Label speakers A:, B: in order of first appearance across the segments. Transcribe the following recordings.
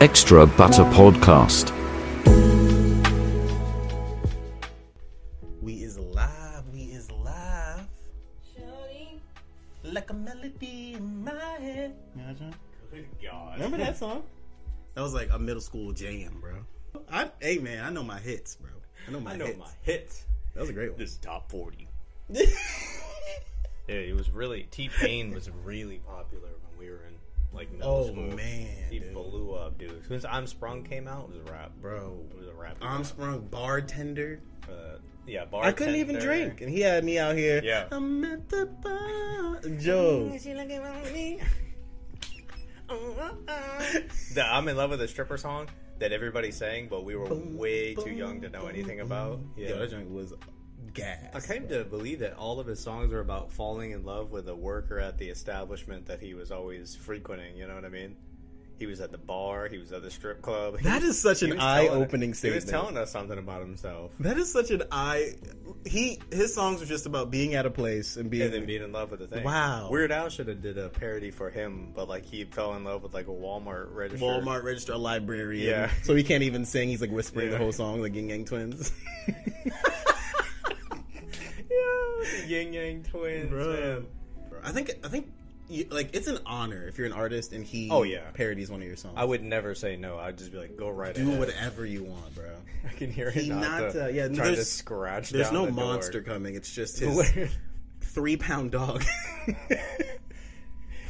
A: Extra Butter Podcast.
B: We is live, we is live. Like a melody in my head. You know what I'm saying?
C: Remember that song?
B: That was like a middle school jam, bro. I hey man, I know my hits, bro. I know my
C: I know
B: hits.
C: my hits.
B: That was a great one.
C: This top forty. it was really T Pain was really popular when we were in like middle
B: Oh,
C: school.
B: man,
C: he
B: dude.
C: blew up, dude. Since I'm Sprung came out, it was a rap,
B: bro.
C: It was a rap.
B: I'm sprung bartender.
C: uh, yeah, bar.
B: I couldn't even drink, and he had me out here.
C: Yeah.
B: I'm at the bar, Joe.
C: The I'm in love with a stripper song that everybody sang, but we were way too young to know anything about. Yeah.
B: Yo, that joint was gas.
C: I came to believe that all of his songs were about falling in love with a worker at the establishment that he was always frequenting. You know what I mean? He was at the bar. He was at the strip club.
B: That is such
C: He
B: an
C: was telling-
B: eye-opening
C: He was
B: statement.
C: telling us something about himself
B: That is such an eye. He his songs were just about being at a place and being.
C: and then being in love with the thing.
B: Wow.
C: Weird Al should have did a parody for him, but like he fell in love with like a Walmart register.
B: Walmart register a librarian.
C: Yeah.
B: So he can't even sing. He's like whispering the
C: Yeah.
B: whole song, like Ying Yang Twins.
C: Yeah, Yin Yang Twins. man.
B: I think I think you- like it's an honor if you're an artist and he
C: Oh, yeah.
B: parodies one of your songs.
C: I would never say no. I'd just be like, go right
B: do
C: ahead.
B: whatever you want, bro.
C: I can hear
B: He
C: it. Not
B: not, uh, yeah,
C: yeah, trying to
B: there's-
C: scratch.
B: There's
C: down
B: no
C: the door.
B: monster coming. It's just his three pound dog. uh,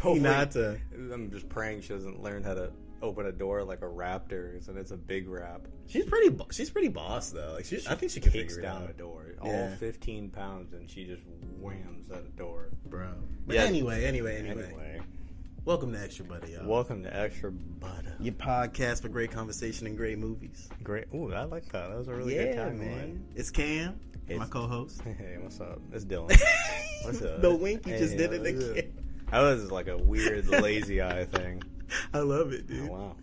C: Hopefully-
B: Hinata.
C: I'm just praying she doesn't learn how to open a door like a raptor, and it's a big rap.
B: she's pretty. bo- She's pretty boss though. Like she, I think she can
C: Kicks
B: figure it
C: down a
B: out,
C: door, all
B: Yeah.
C: 15 pounds, and she just whams at a door.
B: bro. But
C: Yeah.
B: anyway, anyway, anyway,
C: Anyway,
B: welcome to Extra Buddy, y'all.
C: welcome to Extra Butter.
B: Your podcast for great conversation and great movies.
C: Great. Ooh, I like that. That was a really good tagline.
B: It's Cam, my
C: It's-
B: co-host.
C: Hey, what's up? It's Dylan. What's up?
B: The wink you just did
C: how
B: it
C: is
B: again.
C: That was like a weird lazy eye thing.
B: I love it,
C: Oh,
B: dude.
C: wow.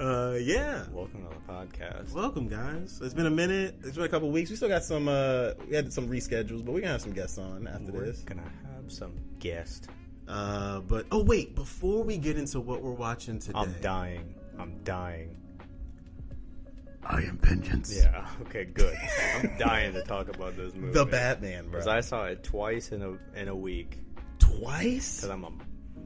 B: Uh, yeah.
C: Welcome to the podcast.
B: Welcome, guys. It's been a minute. It's been a couple weeks. We still got some. uh We had some reschedules, but we're gonna have some guests on after
C: We're
B: this.
C: gonna have some guest.
B: Uh, but oh wait, before we get into what we're watching today,
C: I'm dying. I'm dying.
B: I am vengeance.
C: Yeah. Okay. Good. I'm dying to talk about this movie.
B: the Batman, bro.
C: Because I saw it twice in a in a week.
B: Twice.
C: Because I'm a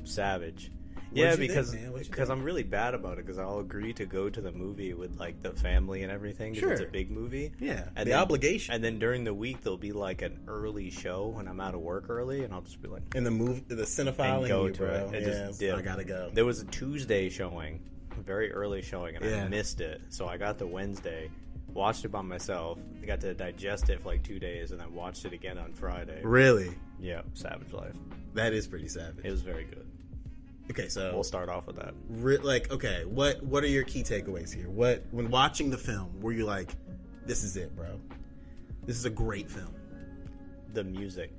C: savage. yeah,
B: you think,
C: because
B: man? What'd you
C: because I'm really bad about it. Because I'll agree to go to the movie with like the family and everything. 'cause It's
B: Sure.
C: a big movie.
B: Yeah,
C: And
B: the
C: then-
B: obligation.
C: And then during the week there'll be like an early show, and I'm out of work early, and I'll just be like,
B: And the move, the cinephile
C: and go
B: in you,
C: to
B: bro.
C: it. And
B: yeah,
C: just dip.
B: I gotta go.
C: There was a Tuesday showing, a very early showing, and
B: Yeah.
C: I missed it. So I got the Wednesday, watched it by myself, got to digest it for like two days, and then watched it again on Friday.
B: Really,
C: Yeah, Savage Life.
B: that is pretty savage.
C: It was very good.
B: okay, so
C: We'll start off with that.
B: re- like okay what what are your key takeaways here what when watching the film were you like this is it bro this is a great film
C: The music.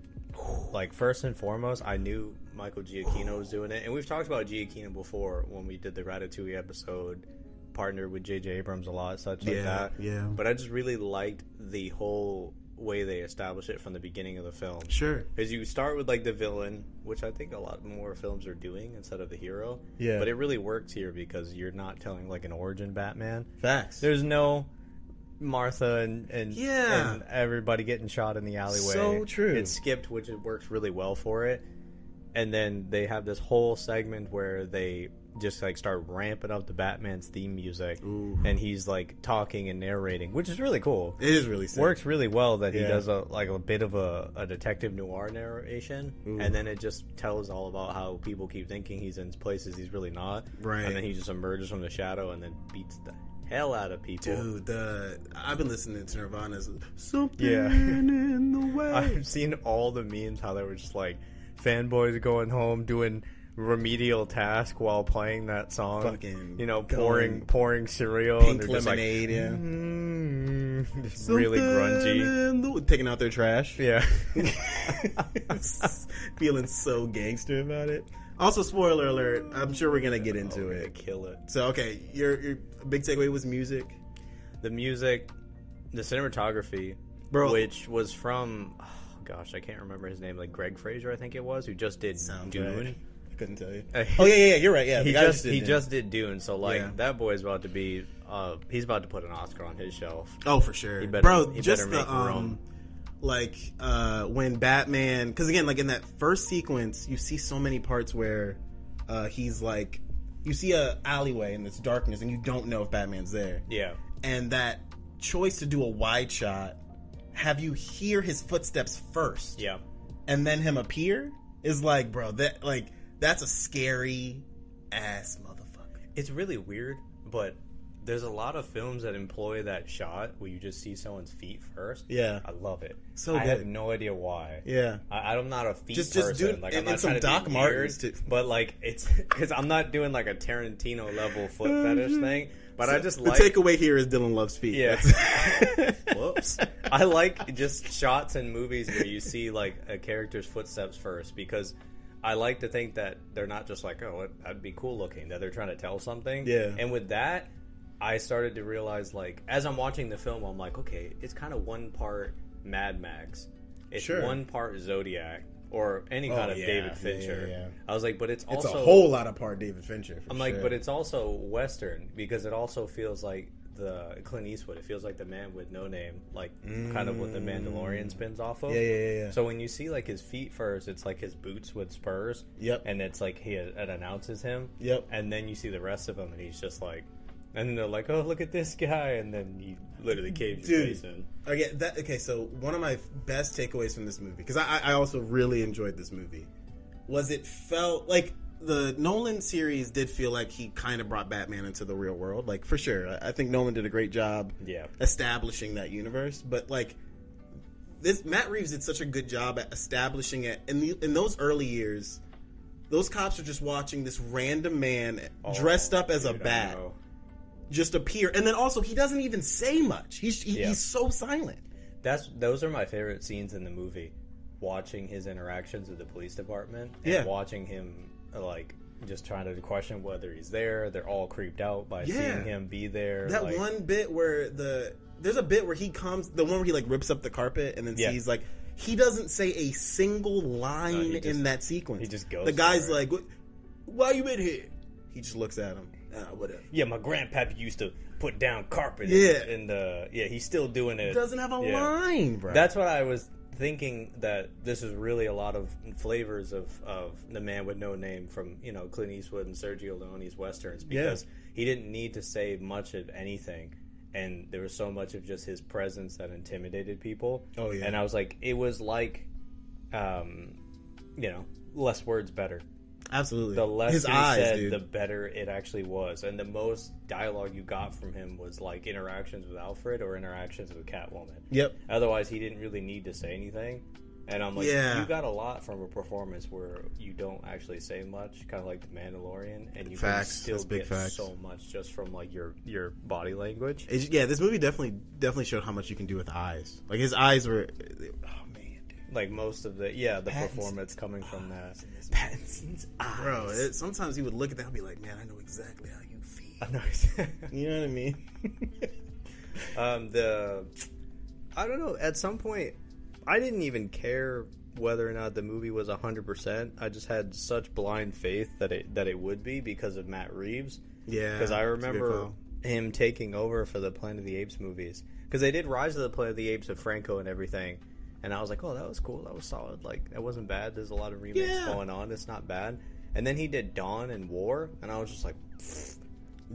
C: Like, first and foremost, I knew Michael Giacchino was doing it. And we've talked about Giacchino before when we did the Ratatouille episode, partnered with J.J. Abrams a lot, such like
B: Yeah,
C: that.
B: yeah.
C: But I just really liked the whole way they established it from the beginning of the film.
B: sure
C: Because you start with like the villain, which I think a lot more films are doing instead of the hero.
B: Yeah.
C: But it really works here because you're not telling like an origin Batman.
B: facts
C: There's no Martha and and,
B: Yeah.
C: and everybody getting shot in the alleyway.
B: So true.
C: It's skipped, which it works really well for it. And then they have this whole segment where they just like start ramping up the Batman's theme music,
B: Ooh.
C: and he's like talking and narrating, which is really cool
B: it is really sick.
C: works really well that
B: Yeah.
C: he does a like a bit of a, a detective noir narration and then it just tells all about how people keep thinking he's in places he's really not
B: Right.
C: and then he just emerges from the shadow and then beats the hell out of people
B: dude the i've been listening to nirvana's something
C: Yeah.
B: in the way
C: i've seen all the memes how they were just like fanboys going home doing remedial task while playing that song
B: Fucking
C: you know
B: going-
C: pouring pouring cereal and
B: pink
C: they're just like
B: lemonade yeah.
C: "Mm," just really grungy
B: Something in the- taking out their trash
C: yeah
B: feeling so gangster about it also spoiler alert i'm sure we're gonna get into
C: We're gonna
B: it
C: kill it
B: so okay your, your big takeaway was music
C: the music, the cinematography,
B: Bro.
C: which was from, oh, gosh, I can't remember his name, like Greg Fraser, I think it was, who just did
B: Sounds
C: Dune.
B: right. I couldn't tell you.
C: Uh,
B: Oh yeah, yeah, yeah, you're right. Yeah, the
C: he
B: guy who
C: just
B: did
C: he
B: it.
C: just did Dune, so like
B: Yeah.
C: that boy's about to be, uh, he's about to put an Oscar on his shelf.
B: Oh, for sure,
C: better-
B: bro.
C: he
B: just
C: better
B: the
C: make room.
B: um, like uh, when Batman, because again, like in that first sequence, you see so many parts where uh, he's like, you see a alleyway and it's darkness, and you don't know if Batman's there,
C: Yeah,
B: and that choice to do a wide shot, have you hear his footsteps first,
C: yeah,
B: and then him appear is like, bro, that like that's a scary ass motherfucker.
C: it's really weird, but there's a lot of films that employ that shot where you just see someone's feet first.
B: Yeah.
C: I love it.
B: So
C: I have
B: good.
C: no idea why.
B: Yeah.
C: I, I'm not a feet
B: Just- just
C: person.
B: do-
C: like
B: and-
C: I'm not
B: and some
C: trying to
B: Doc
C: be
B: Martens
C: weird,
B: too.
C: but like it's because I'm not doing like a Tarantino level foot fetish thing. But I just
B: the
C: like
B: takeaway here is Dylan loves feet.
C: Yeah.
B: That's- Whoops.
C: I like just shots in movies where you see like a character's footsteps first because I like to think that they're not just like oh that- that'd be cool looking that they're trying to tell something.
B: Yeah.
C: And with that, I started to realize like as I'm watching the film, I'm like okay, it's kind of one part Mad Max, it's
B: Sure. Oh,
C: one part Zodiac or any kind of
B: yeah.
C: David
B: Yeah,
C: Fincher.
B: yeah, yeah.
C: I was like, but it's
B: It's
C: also
B: a whole lot of part David Fincher. for
C: I'm like,
B: sure.
C: but it's also Western because it also feels like the Clint Eastwood. It feels like the man with no name, like kind of what the Mandalorian spins off of.
B: Mm. yeah, yeah, yeah, yeah.
C: So when you see like his feet first, it's like his boots with spurs.
B: Yep.
C: And it's like he it announces him.
B: Yep.
C: And then you see the rest of him, and he's just like, and then they're like, oh look at this guy, and then he literally caves his
B: Dude.
C: face in.
B: okay. That, okay, so one of my best takeaways from this movie, because I, I also really enjoyed this movie, was it felt like the Nolan series did feel like he kind of brought Batman into the real world, like for sure. I, I think Nolan did a great job
C: Yeah.
B: establishing that universe, but like this Matt Reeves did such a good job at establishing it in the, in those early years. Those cops are just watching this random man dressed
C: Oh,
B: up as
C: dude,
B: a
C: I
B: bat
C: know.
B: just appear, and then also he doesn't even say much. He's he,
C: Yeah.
B: he's so silent.
C: That's those are my favorite scenes in the movie. Watching his interactions with the police department and
B: Yeah.
C: watching him uh, like just trying to question whether he's there. They're all creeped out by
B: Yeah.
C: seeing him be there.
B: That
C: like-
B: one bit where the there's a bit where he comes, the one where he like rips up the carpet and then
C: Yeah.
B: sees like he doesn't say a single line
C: he just-
B: in that sequence.
C: he just goes
B: The guy's
C: for it.
B: like, "What- "Why you in here?" He just looks at him. Ah, whatever.
C: Yeah, my grandpappy used to put down carpet.
B: Yeah.
C: and uh, yeah, he's still doing it.
B: Doesn't have a
C: Yeah.
B: line, bro.
C: That's what I was thinking. That this is really a lot of flavors of of the man with no name from you know Clint Eastwood and Sergio Leone's westerns because he didn't need to say much of anything, and there was so much of just his presence that intimidated people.
B: Oh, yeah.
C: and I was like, it was like, um, you know, less words better.
B: absolutely
C: The less
B: his
C: he
B: eyes,
C: said,
B: dude.
C: the better it actually was, and the most dialogue you got from him was like interactions with Alfred or interactions with Catwoman.
B: yep.
C: Otherwise, he didn't really need to say anything. And I'm like,
B: Yeah.
C: you got a lot from a performance where you don't actually say much, kind of like The Mandalorian, and you
B: Facts.
C: can still
B: That's big
C: get
B: facts.
C: so much just from like your your body language.
B: It's- yeah, this movie definitely definitely showed how much you can do with eyes. Like his eyes were, oh man, dude.
C: Like most of the yeah, the
B: Pattinson-
C: performance coming from
B: Ah.
C: that.
B: Pattinson's eyes. Bro, it, sometimes you would look at that and be like, man, I know exactly how you feel. You know what I mean?
C: um, the I don't know. At some point, I didn't even care whether or not the movie was hundred percent. I just had such blind faith that it that it would be because of Matt Reeves.
B: Yeah.
C: because I
B: it's a good
C: remember
B: call.
C: him taking over for the Planet of the Apes movies because they did Rise of the Planet of the Apes with Franco and everything, and I was like, oh, that was cool, that was solid, like that wasn't bad. There's a lot of remakes
B: Yeah.
C: going on, it's not bad. And then he did Dawn and War, and I was just like,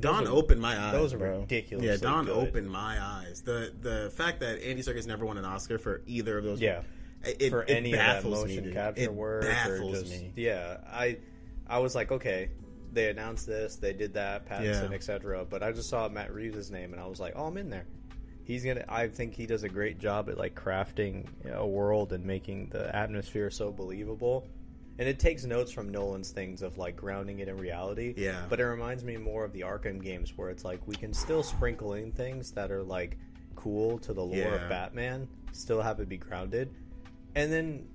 B: Dawn
C: are-
B: opened my eyes.
C: those are
B: bro.
C: ridiculous.
B: Yeah,
C: They're
B: Dawn
C: good.
B: opened my eyes. The the fact that Andy Serkis never won an Oscar for either of those.
C: Yeah.
B: It, it-
C: for
B: it
C: any of that
B: baffles me,
C: motion
B: dude.
C: capture
B: it
C: work
B: baffles
C: or just
B: me.
C: yeah i i was like okay they announced this they did that pattinson
B: Yeah.
C: etc but i just saw matt reeves' name and i was like oh i'm in there he's gonna i think he does a great job at like crafting a world and making the atmosphere so believable and it takes notes from Nolan's things of like grounding it in reality.
B: Yeah.
C: But it reminds me more of the Arkham games where it's like we can still sprinkle in things that are like cool to the lore
B: Yeah.
C: of Batman, still have it be grounded. And then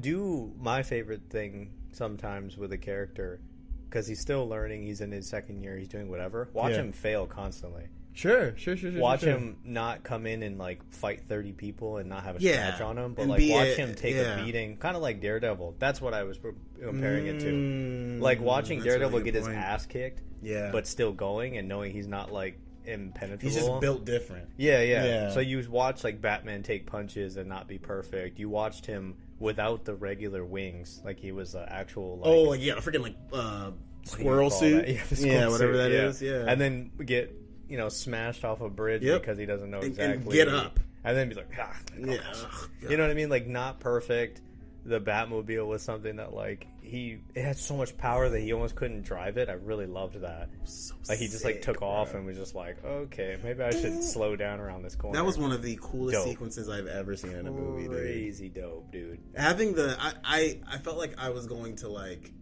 C: do my favorite thing sometimes with a character because he's still learning, he's in his second year, he's doing whatever. Watch
B: Yeah.
C: him fail constantly.
D: Sure, sure, sure, sure.
C: watch
D: sure, sure.
C: him not come in and like fight 30 people and not have a
B: Yeah,
C: scratch on him but
B: and
C: like
B: be
C: watch
B: a-
C: him take
B: yeah.
C: a beating kind of like daredevil that's what i was pr- comparing it to like watching
B: Mm, that's a
C: daredevil
B: really
C: get
B: good
C: his
B: point.
C: ass kicked
B: Yeah.
C: but still going and knowing he's not like impenetrable
B: He's just built different.
C: yeah, yeah
B: Yeah.
C: so you watch like batman take punches and not be perfect you watched him without the regular wings like he was an actual like
B: oh, yeah, freaking like uh, squirrel
C: what do you
B: suit.
C: call that? Yeah, the
B: Yeah,
C: squirrel
B: whatever
C: suit,
B: that is. yeah.
C: and then get you know smashed off a bridge
B: Yep.
C: because he doesn't know
B: And- and
C: exactly.
B: get up.
C: and then be like, ah,
B: yeah.
C: you know what I mean? Like not perfect. The Batmobile was something that like he it had so much power that he almost couldn't drive it. I really loved that.
B: So
C: Like he just like
B: sick,
C: took off
B: bro.
C: and was just like, okay, maybe I should slow down around this corner.
B: That was one of the coolest
C: Dope.
B: sequences I've ever seen in a movie, dude.
C: crazy dope, dude.
B: having the I, I I felt like I was going to like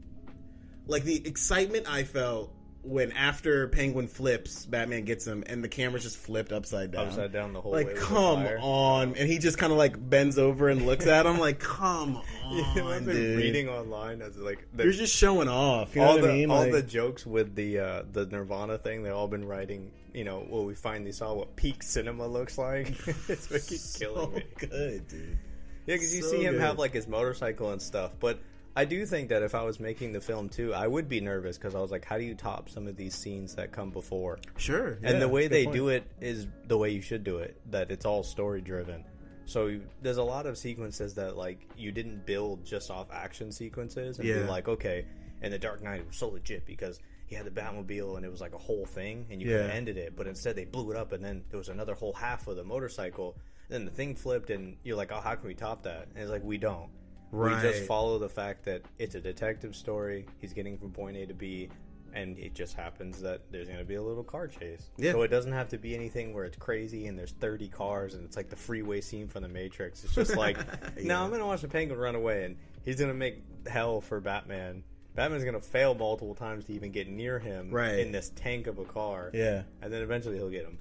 B: like the excitement I felt when after Penguin flips, Batman gets him, and the camera's just flipped upside down.
C: Upside down the whole way
B: Like,
C: with the
B: come
C: fire.
B: on! And he just kind of like bends over and looks at him, like, come on,
C: I've been
B: dude.
C: reading online as like the
B: You're just showing off. You know
C: all
B: what
C: the
B: I mean?
C: all
B: Like-
C: the jokes with the uh, the Nirvana thing, they've all been writing. You know, well, we finally saw what peak cinema looks like. it's freaking killing
B: so
C: me.
B: good, dude.
C: Yeah, because you
B: so
C: see him
B: good.
C: have like his motorcycle and stuff. But I do think that if I was making the film too, I would be nervous because I was like, how do you top some of these scenes that come before?
B: Sure.
C: and the way
D: that's a good
C: they
D: point.
C: do it is the way you should do it that it's all story driven so you- there's a lot of sequences that like you didn't build just off action sequences and be
B: Yeah.
C: like okay and the dark knight was so legit because he had the batmobile and it was like a whole thing and you could have
B: Yeah.
C: ended it but instead they blew it up and then there was another whole half of the motorcycle then the thing flipped and you're like oh how can we top that and it's like we don't we just
B: Right.
C: follow the fact that it's a detective story. He's getting from point A to B, and it just happens that there's going to be a little car chase.
B: Yeah.
C: So it doesn't have to be anything where it's crazy and there's 30 cars and it's like the freeway scene from The Matrix. It's just like, no, I'm going to watch the penguin run away, and he's going to make hell for Batman. Batman's going to fail multiple times to even get near him
B: Right.
C: in this tank of a car.
B: yeah.
C: And then eventually he'll get him.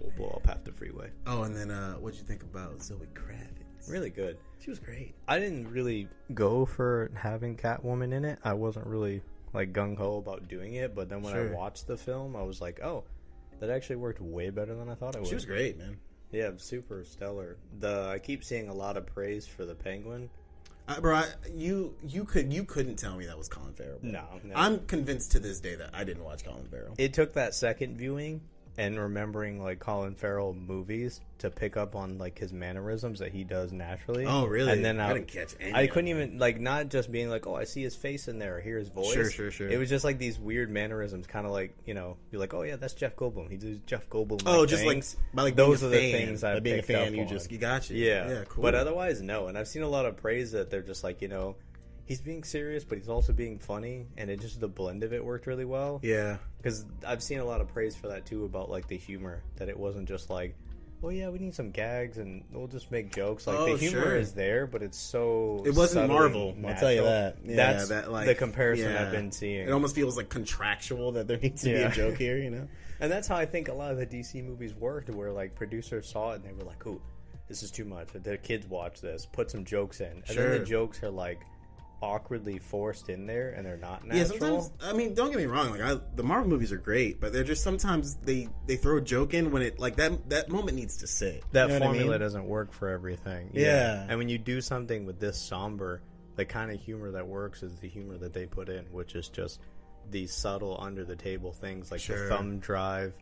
C: We'll blow up half the freeway.
B: Oh, and then uh, what'd you think about Zoe Kravitz?
C: Really good.
B: She was great.
C: I didn't really go for having Catwoman in it. I wasn't really like gung ho about doing it, but then when
B: Sure.
C: I watched the film, I was like, oh, that actually worked way better than I thought it would.
B: She was great, man.
C: Yeah, super stellar. The I keep seeing a lot of praise for the Penguin.
B: I, bro, I, you you could you couldn't tell me that was Colin Farrell. bro.
C: No, no.
B: I'm convinced to this day that I didn't watch Colin Farrell.
C: It took that second viewing and remembering like Colin Farrell movies to pick up on like his mannerisms that he does naturally.
B: Oh, really?
C: And then
B: I
C: I,
B: didn't catch any
C: I
B: of
C: couldn't even like not just being like, oh, I see his face in there, I hear his voice.
B: Sure, sure, sure.
C: It was just like these weird mannerisms, kind of like you know, you're like, oh yeah, that's Jeff Goldblum. He does Jeff Goldblum.
B: oh, just like
C: things.
B: by like
C: those
B: being
C: are
B: a
C: the
B: fan,
C: things
B: by
C: I
B: being a
C: picked
B: fan.
C: up
B: you
C: on.
B: just you got you.
C: Yeah,
B: yeah, cool.
C: But otherwise, no. And I've seen a lot of praise that they're just like, you know, he's being serious, but he's also being funny, and it just the blend of it worked really well.
B: yeah,
C: Because I've seen a lot of praise for that too about like the humor that it wasn't just like, oh yeah, we need some gags and we'll just make jokes. Like
B: Oh,
C: the humor
B: sure.
C: is there, but it's so
B: it wasn't
C: subtly
B: Marvel. I'll tell you
C: natural.
B: that. Yeah,
C: That's
B: that, like
C: the comparison
B: yeah.
C: I've been seeing,
B: It almost feels like contractual that there needs to
C: Yeah.
B: be a joke here. You know,
C: and that's how I think a lot of the DC movies worked, where like producers saw it and they were like, "Ooh, this is too much." The kids watch this. Put some jokes in, and then
B: Sure.
C: the jokes are like awkwardly forced in there, and they're not natural.
B: yeah. Sometimes I mean, don't get me wrong. Like I, the Marvel movies are great, but they're just sometimes they they throw a joke in when it like that that moment needs to sit. You
C: that
B: know what I
C: formula
B: mean?
C: doesn't work for everything.
B: Yeah.
C: And when you do something with this somber, the kind of humor that works is the humor that they put in, which is just the subtle under the table things like
B: Sure.
C: the thumb drive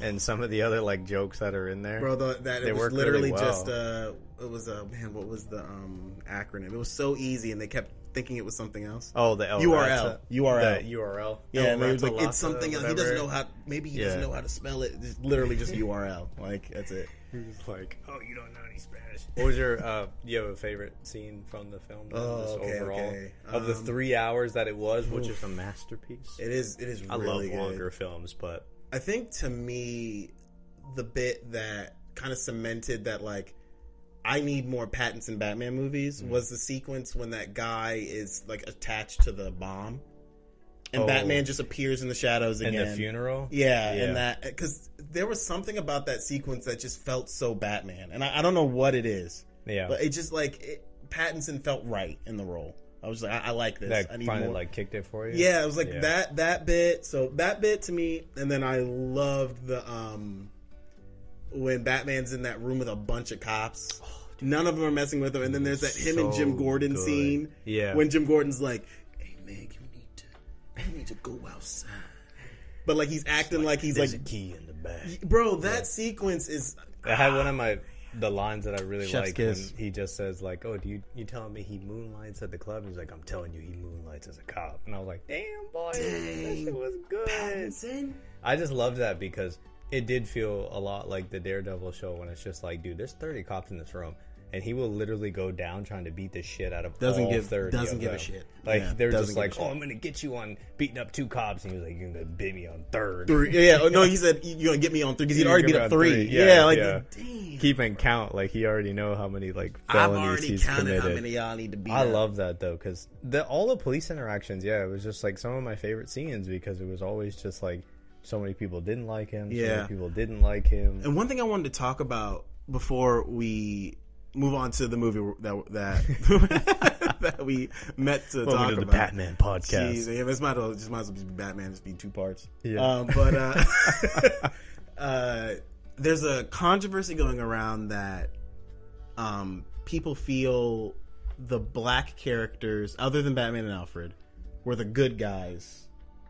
C: and some of the other like jokes that are in there.
B: Bro, the, that
C: They
B: it was
C: work
B: literally
C: really well.
B: just uh, it was uh, man, what was the um acronym? It was so easy, and they kept thinking it was something else.
C: oh, the El
B: URL.
C: Rata-
B: URL.
C: The URL.
B: yeah,
C: El
B: and they was like,
C: Ratalata,
B: it's something else. He doesn't
C: whatever.
B: know how. Maybe he doesn't
C: Yeah.
B: know how to spell it. It's literally just URL. Like that's it.
C: He was like, oh, you don't know any Spanish. What was your? Uh, do you have a favorite scene from the film?
B: Oh,
C: Just
B: okay, okay.
C: of the
B: Um,
C: three hours that it was, which is a masterpiece.
B: It is. It is.
C: I
B: Really
C: love
B: good.
C: longer films, but
B: I think to me, the bit that kind of cemented that like I need more patents in Batman movies
C: Mm-hmm.
B: was the sequence when that guy is like attached to the bomb, and
C: Oh.
B: Batman just appears in the shadows
C: and
B: again.
C: the funeral.
B: Yeah,
C: Yeah.
B: and that because there was something about that sequence that just felt so Batman, and I, I don't know what it is,
C: Yeah.
B: but it just like it, Pattinson felt right in the role. I was like, I, I like this.
C: That
B: I need
C: finally
B: more.
C: like kicked it for you.
B: yeah, it was like
C: Yeah.
B: that that bit. So that bit to me, and then I loved the um when Batman's in that room with a bunch of cops. None of them are messing with him, and then there's that him and Jim
C: Oh, So
B: Gordon
C: good.
B: scene.
C: Yeah.
B: when Jim Gordon's like, "Hey man, you need to you need to go outside," but like he's acting like, he's like,
C: key in the back.
B: "Bro, that sequence is."
C: I had one of my the lines that I really
D: Chef's
C: like.
D: kiss.
C: When he just says like, "Oh, do you you telling me he moonlights at the club?" He's like, "I'm telling you, he moonlights as a cop." And I was like, "Damn boy, that shit was good."
B: Pattinson?
C: I just loved that because it did feel a lot like the Daredevil show when it's just like, dude, there's 30 cops in this room, and he will literally go down trying to beat the shit out of
B: Doesn't
C: all
B: give-
C: 30
B: doesn't
C: of
B: give a
C: them.
B: shit.
C: Like
B: Yeah,
C: they're
B: doesn't
C: just
B: give a
C: like,
B: shit.
C: "Oh, I'm gonna get you on beating up two cops," and he was like, "You're gonna bid me on third.
B: Three- Yeah, oh, no, he said you're gonna get me on three because he'd
C: You're
B: already
C: gonna
B: beat
C: get
B: up
C: me on
B: three.
C: three.
B: Yeah,
C: Yeah,
B: like
C: yeah.
B: damn.
C: Keeping count, like he already know how many like
B: I've
C: felonies
B: already
C: he's
B: counted
C: committed.
B: how many y'all need to beat.
C: I
B: up.
C: love that though, because the all the police interactions, yeah, it was just like some of my favorite scenes because it was always just like so many people didn't like him, so
B: Yeah.
C: many people didn't like him.
B: And one thing I wanted to talk about before we move on to the movie that that that we met to talk
C: Welcome to the
B: about.
C: Batman podcast.
B: Jeez, yeah, this might as well, just might as well be Batman, just be two parts.
C: Yeah.
B: Um, but uh, uh, there's a controversy going around that um, people feel the black characters, other than Batman and Alfred, were the good guys,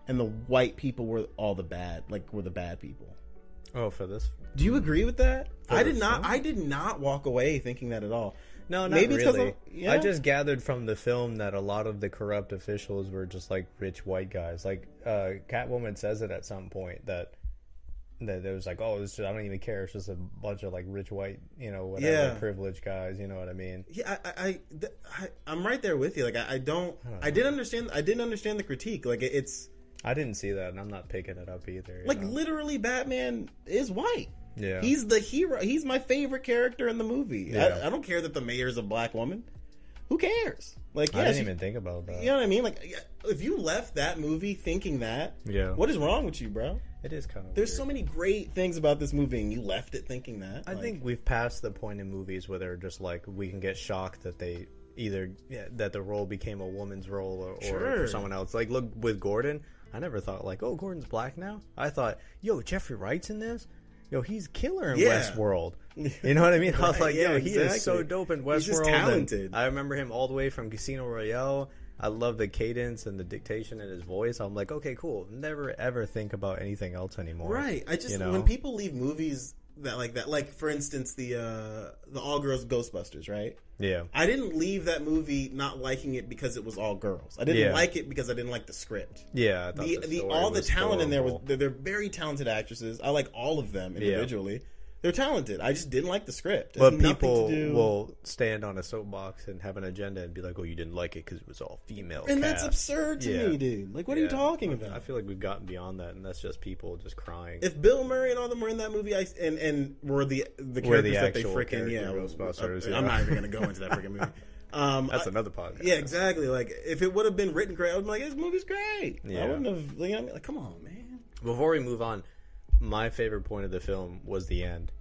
B: and the white people were all the bad, like were the bad people.
C: Oh, for this?
B: Do you agree with that? I did not.
C: film?
B: I did not walk away thinking that at all.
C: No, not
B: Maybe it's 'cause
C: really.
B: I'm- yeah.
C: I just gathered from the film that a lot of the corrupt officials were just like rich white guys. Like uh, Catwoman says it at some point that that it was like, oh, it's just, I don't even care. It's just a bunch of like rich white, you know, whatever
B: Yeah.
C: privileged guys. You know what I mean?
B: Yeah, I, I, I, th- I I'm right there with you. Like, I, I don't. I, didn't understand. I didn't understand the critique. Like, it- it's
C: I didn't see that, and I'm not picking it up either. you
B: like
C: know?
B: literally Batman is white.
C: yeah,
B: He's the hero. He's my favorite character in the movie.
C: Yeah.
B: I, I don't care that the mayor's a black woman. Who cares? Like,
C: I
B: yeah,
C: didn't
B: she-
C: even think about that.
B: you know what I mean? Like, yeah, if you left that movie thinking that,
C: Yeah.
B: what is wrong with you, bro?
C: It is kind of.
B: There's so many great things about this movie, and you left it thinking that.
C: I
B: Like,
C: think we've passed the point in movies where they're just like we can get shocked that they either yeah, that the role became a woman's role or, or
B: Sure.
C: for someone else. Like look with Gordon, I never thought like oh Gordon's black now. I thought yo Jeffrey Wright's in this. Yo, he's killer in
B: Yeah.
C: Westworld. You know what I mean? I was
B: Right,
C: like,
B: yeah,
C: yo, he
B: exactly.
C: is so dope in Westworld.
B: He's just
C: and
B: talented.
C: I remember him all the way from Casino Royale. I love the cadence and the dictation in his voice. I'm like, okay, cool. Never ever think about anything else anymore.
B: Right. I just
C: you know?
B: when people leave movies that like that, like for instance the uh the all girls Ghostbusters, right?
C: Yeah.
B: I didn't leave that movie not liking it because it was all girls. I didn't
C: Yeah.
B: like it because I didn't like the script.
C: Yeah. I thought
B: The, the,
C: story
B: all the
C: was
B: talent in there was
C: horrible.
B: they're, they're very talented actresses. I like all of them individually. They're talented. I just didn't like the script. It has
C: But
B: nothing to
C: people
B: do-
C: will stand on a soapbox and have an agenda and be like, "Oh, you didn't like it because it was all female."
B: and that's
C: cast."
B: absurd to
C: Yeah.
B: me, dude. Like, what are you
C: Yeah.
B: talking
C: I
B: about?
C: feel like we've gotten beyond that, and that's just people just crying.
B: If Bill Murray and all them were in that movie, I and and were the the
C: Were the
B: characters that they
C: actual
B: freaking
C: character
B: yeah,
C: Ghostbusters,
B: I'm
C: yeah.
B: not even gonna go into that freaking movie. Um,
C: that's
B: I-
C: another podcast.
B: Yeah, exactly. Like if it would have been written great, I would be like, "This movie's great."
C: Yeah.
B: I wouldn't have. You know, what I mean? like, come on, man.
C: Before we move on, my favorite point of the film was the end.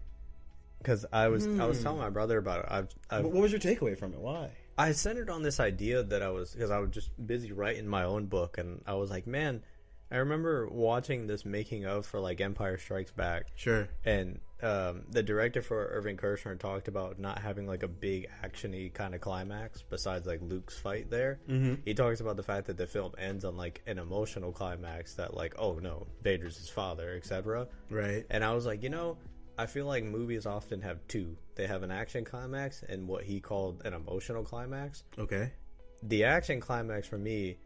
C: Because I was I was telling my brother about it. I've, I've
B: But what was your takeaway from it? Why?
C: I centered on this idea that I was because I was just busy writing my own book, and I was like, man, I remember watching this making of for like Empire Strikes Back.
B: Sure.
C: and um, the director for Irving Kershner talked about not having like a big actiony kind of climax besides like Luke's fight there. Mm-hmm. He talks about the fact that the film ends on like an emotional climax that like oh no Vader's his father etc.
B: Right.
C: And I was like you know I feel like movies often have two. They have an action climax and what he called an emotional climax.
B: Okay.
C: The action climax for me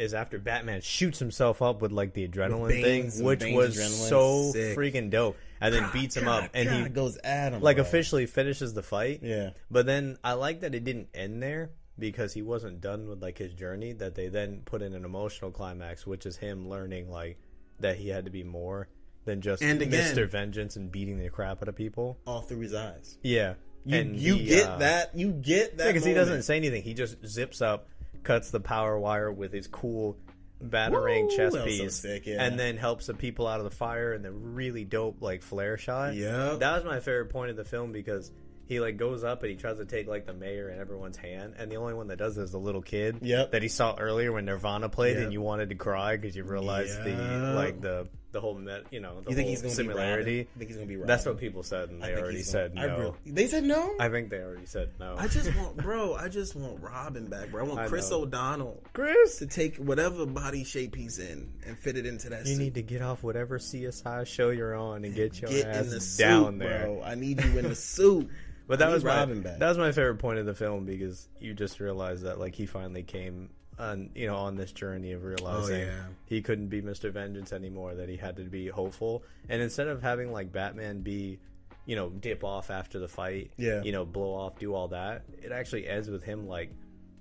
C: is after Batman shoots himself up with like the adrenaline
B: Bane's-
C: thing, which
B: Bane's
C: was
B: adrenaline,
C: so
B: sick.
C: freaking dope, and then beats him up, and he
B: goes at him
C: like
B: bro.
C: officially finishes the fight.
B: Yeah.
C: But then I like that it didn't end there because he wasn't done with like his journey. That they then put in an emotional climax, which is him learning like that he had to be more than just
B: And again-
C: Mr. Vengeance and beating the crap out of people.
B: all through his eyes.
C: Yeah,
B: You, you get that. You get that
C: because uh, he
B: moment.
C: doesn't say anything. He just zips up, cuts the power wire with his cool batarang
B: Woo!
C: chest
B: That was so
C: piece,
B: sick, yeah.
C: and then helps the people out of the fire and the really dope like flare shot.
B: Yep.
C: that was my favorite point of the film because he like goes up and he tries to take like the mayor and everyone's hand, and the only one that does it is the little kid
B: Yep.
C: that he saw earlier when Nirvana played,
B: Yep.
C: and you wanted to cry because you realized the
B: Yep.
C: like the the whole met you know the
B: You think
C: whole
B: he's gonna Be
C: similarity.
B: Robin? You think he's gonna be Robin?
C: That's what people said, and
B: I
C: they
B: think
C: already
B: he's gonna-
C: said
B: I
C: no. I,
B: really- they said no.
C: think they already said no.
B: I just want, bro. I just want Robin back, bro. I want
C: I
B: Chris
C: know.
B: O'Donnell
C: Chris,
B: to take whatever body shape he's in and fit it into that
C: you
B: suit.
C: need to get off whatever CSI show you're on and get your
B: Get
C: ass
B: in the
C: down
B: suit,
C: there.
B: bro. I need you in the suit.
C: But that
B: I
C: was
B: need
C: my,
B: Robin back.
C: that was my favorite point of the film because you just realize that like he finally came on you know on this journey of realizing
B: Oh, yeah.
C: he couldn't be Mr. Vengeance anymore that he had to be hopeful and instead of having like Batman be you know dip off after the fight
B: Yeah.
C: you know blow off do all that it actually ends with him like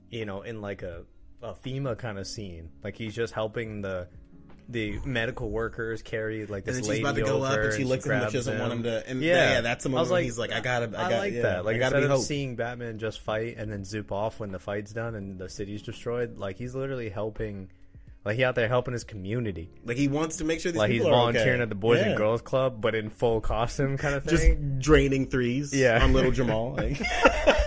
C: you know in like a a FEMA kind of scene like he's just helping the the medical workers carry like this
B: and then
C: lady
B: she's about to go up,
C: over
B: and she looks at him, but she
C: grabs
B: doesn't want him to. And yeah,
C: Yeah.
B: that's the
C: I was
B: moment
C: like,
B: when he's like, "I gotta, I,
C: I,
B: gotta,
C: like
B: yeah,
C: that. Like
B: I gotta
C: instead
B: be
C: of
B: hope."
C: seeing Batman just fight and then zip off when the fight's done and the city's destroyed, like he's literally helping. Like he out there helping his community.
B: like he wants to make sure these
C: Like he's
B: people are
C: volunteering
B: okay.
C: at the Boys
B: Yeah.
C: and Girls Club, but in full costume kind of
B: just
C: thing.
B: draining threes.
C: Yeah.
B: on little Jamal. Like,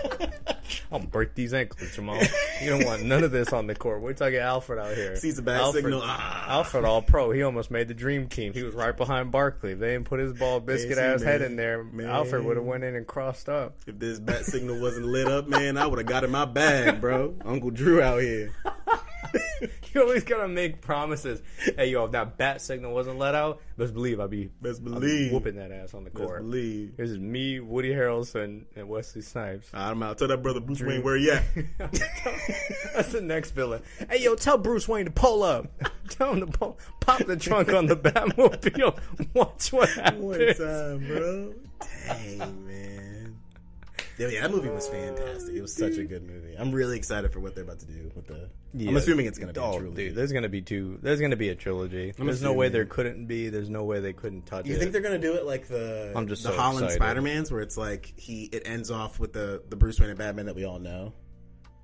C: I'll break these ankles, Jamal. you don't want none of this on the court. We're talking Alfred out here.
B: Sees the bad
C: Alfred,
B: signal. Ah.
C: Alfred, all pro. He almost made the dream team. He was right behind Barkley. If they didn't put his ball biscuit
B: Listen,
C: ass head
B: man.
C: in there,
B: Man.
C: Alfred would have went in and crossed up.
B: if this bat signal wasn't lit up, man, I would have got in my bag, bro. Uncle Drew out here.
C: You always gotta make promises. Hey, yo, if that bat signal wasn't let out, best believe I'd be
B: Best
C: I'd be
B: believe.
C: whooping that ass on the
B: Best
C: court.
B: believe.
C: This is me, Woody Harrelson, and Wesley Snipes.
B: I'm out. Tell that brother Bruce Wayne where he at.
C: That's the next villain. Hey, yo, tell Bruce Wayne to pull up. tell him to pull, pop the trunk on the Batmobile. Watch what
B: One
C: happens.
B: time, bro. Dang, man. Yeah, yeah, that movie was fantastic. It was such a good movie. I'm really excited for what they're about to do with the. I'm
C: Yeah.
B: assuming it's gonna be a
C: Oh,
B: trilogy.
C: dude, there's gonna be two. There's gonna be a trilogy. there's no way there couldn't be. There's no way they couldn't touch
B: you
C: it.
B: think they're gonna do it like the
C: I'm just
B: the
C: so
B: Holland
C: excited.
B: Spider-Mans, where it's like he it ends off with the the Bruce Wayne and Batman that we all know.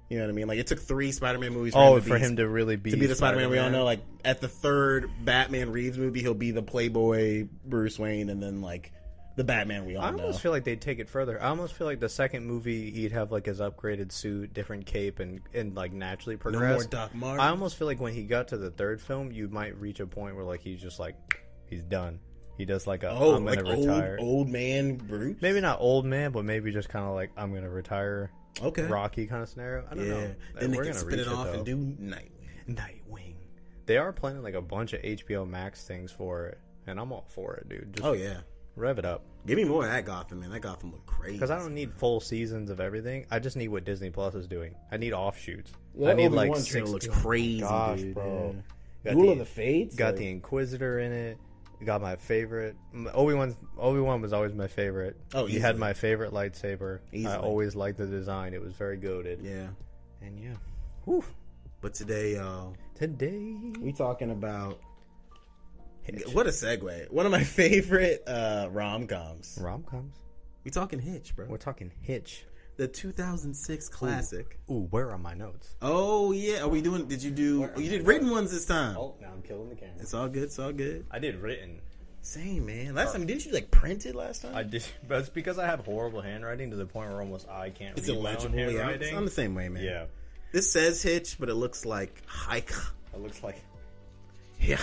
B: You know what I mean? Like it took three Spider-Man movies.
C: oh,
B: to
C: for
B: be-
C: him to really be
B: to be the Spider-Man, we all know. Like at the third Batman Reeves movie, he'll be the Playboy Bruce Wayne, and then like the Batman we all
C: I
B: know.
C: almost feel like they'd take it further. I almost feel like the second movie he'd have like his upgraded suit, different cape, and and like naturally
B: no
C: progress.
B: more Doc Martin.
C: I almost feel like when he got to the third film, you might reach a point where like he's just like he's done. He does like a
B: oh,
C: am
B: like
C: gonna retire.
B: old old man Bruce.
C: Maybe not old man, but maybe just kind of like I'm gonna retire.
B: Okay.
C: Rocky kind of scenario. I don't
B: yeah.
C: know.
B: Then they
C: We're
B: can
C: gonna
B: spin it
C: reach
B: off
C: though.
B: and do Nightwing.
C: Nightwing. They are planning like a bunch of HBO Max things for it, and I'm all for it, dude. Just
B: Oh yeah.
C: rev it up.
B: Give me more of that Gotham, man. That Gotham looked crazy.
C: Because I don't need full seasons of everything. I just need what Disney Plus is doing. I need offshoots.
B: That
C: I need
B: Obi-Wan
C: like
B: trailer
C: six.
B: looks crazy,
C: gosh,
B: dude,
C: bro.
B: yeah.
C: Got
B: Duel
C: the,
B: of the Fates.
C: got
B: Like,
C: the Inquisitor in it. Got my favorite Obi Wan. Obi Wan was always my favorite.
B: Oh,
C: he had
B: easily.
C: my favorite lightsaber.
B: Easily.
C: I always liked the design. It was very goaded.
B: yeah.
C: And yeah, Whew.
B: But today, y'all,
C: today
B: we talking about what a segue. One of my favorite uh, rom coms.
C: rom coms.
B: We talking Hitch, bro.
C: We're talking Hitch.
B: The 2006 classic.
C: Ooh, where are my notes?
B: Oh yeah, are we doing? Did you do? You did written ones this time.
C: now I'm killing the camera.
B: It's all good. It's all good.
C: I did written.
B: Same man. Last time, didn't you like print it last time?
C: Uh, I did, but it's because I have horrible handwriting to the point where almost I can't
B: it's
C: read
B: illegible.
C: my own
B: Yeah,
C: handwriting.
B: I'm the same way, man.
C: yeah,
B: This says Hitch, but it looks like hike.
C: it looks like
B: Yeah.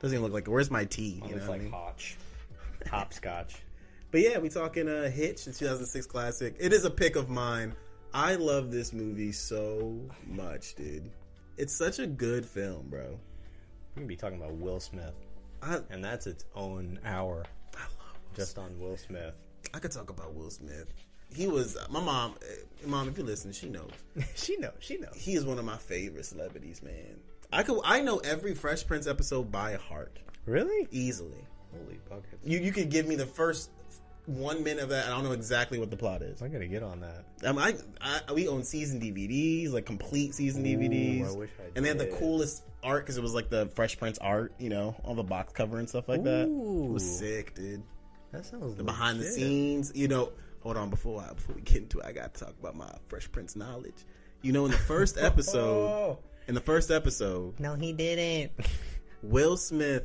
B: Doesn't even look like. Where's my T?
C: it
B: You know
C: looks
B: what I
C: like
B: mean?
C: hotch, hopscotch.
B: But yeah, we talking uh, Hitch, the 2006 classic. It is a pick of mine. I love this movie so much, dude. It's such a good film, bro.
C: We're gonna be talking about Will Smith,
B: I
C: and that's its own hour
B: I love.
C: just on Will Smith.
B: I could talk about Will Smith. He was my mom. eh, Mom, if you listen, she knows.
C: she knows. She knows.
B: He is one of my favorite celebrities, man. I could. I know every Fresh Prince episode by heart
C: Really?
B: easily.
C: Holy buckets!
B: You you could give me the first one minute of that, and I don't know exactly what the plot is.
C: I'm gonna get on that.
B: Um, I, I we own season DVDs, like complete season DVDs,
C: I wish I
B: and they had the
C: did.
B: coolest art because it was like the Fresh Prince art, you know, all the box cover and stuff like that. It
C: Ooh.
B: was sick, dude.
C: That sounds
B: The behind the scenes, you know. Hold on, before I, before we get into it, I got to talk about my Fresh Prince knowledge. You know, in the first episode,
C: Oh
B: in the first episode,
C: no, he didn't.
B: Will Smith,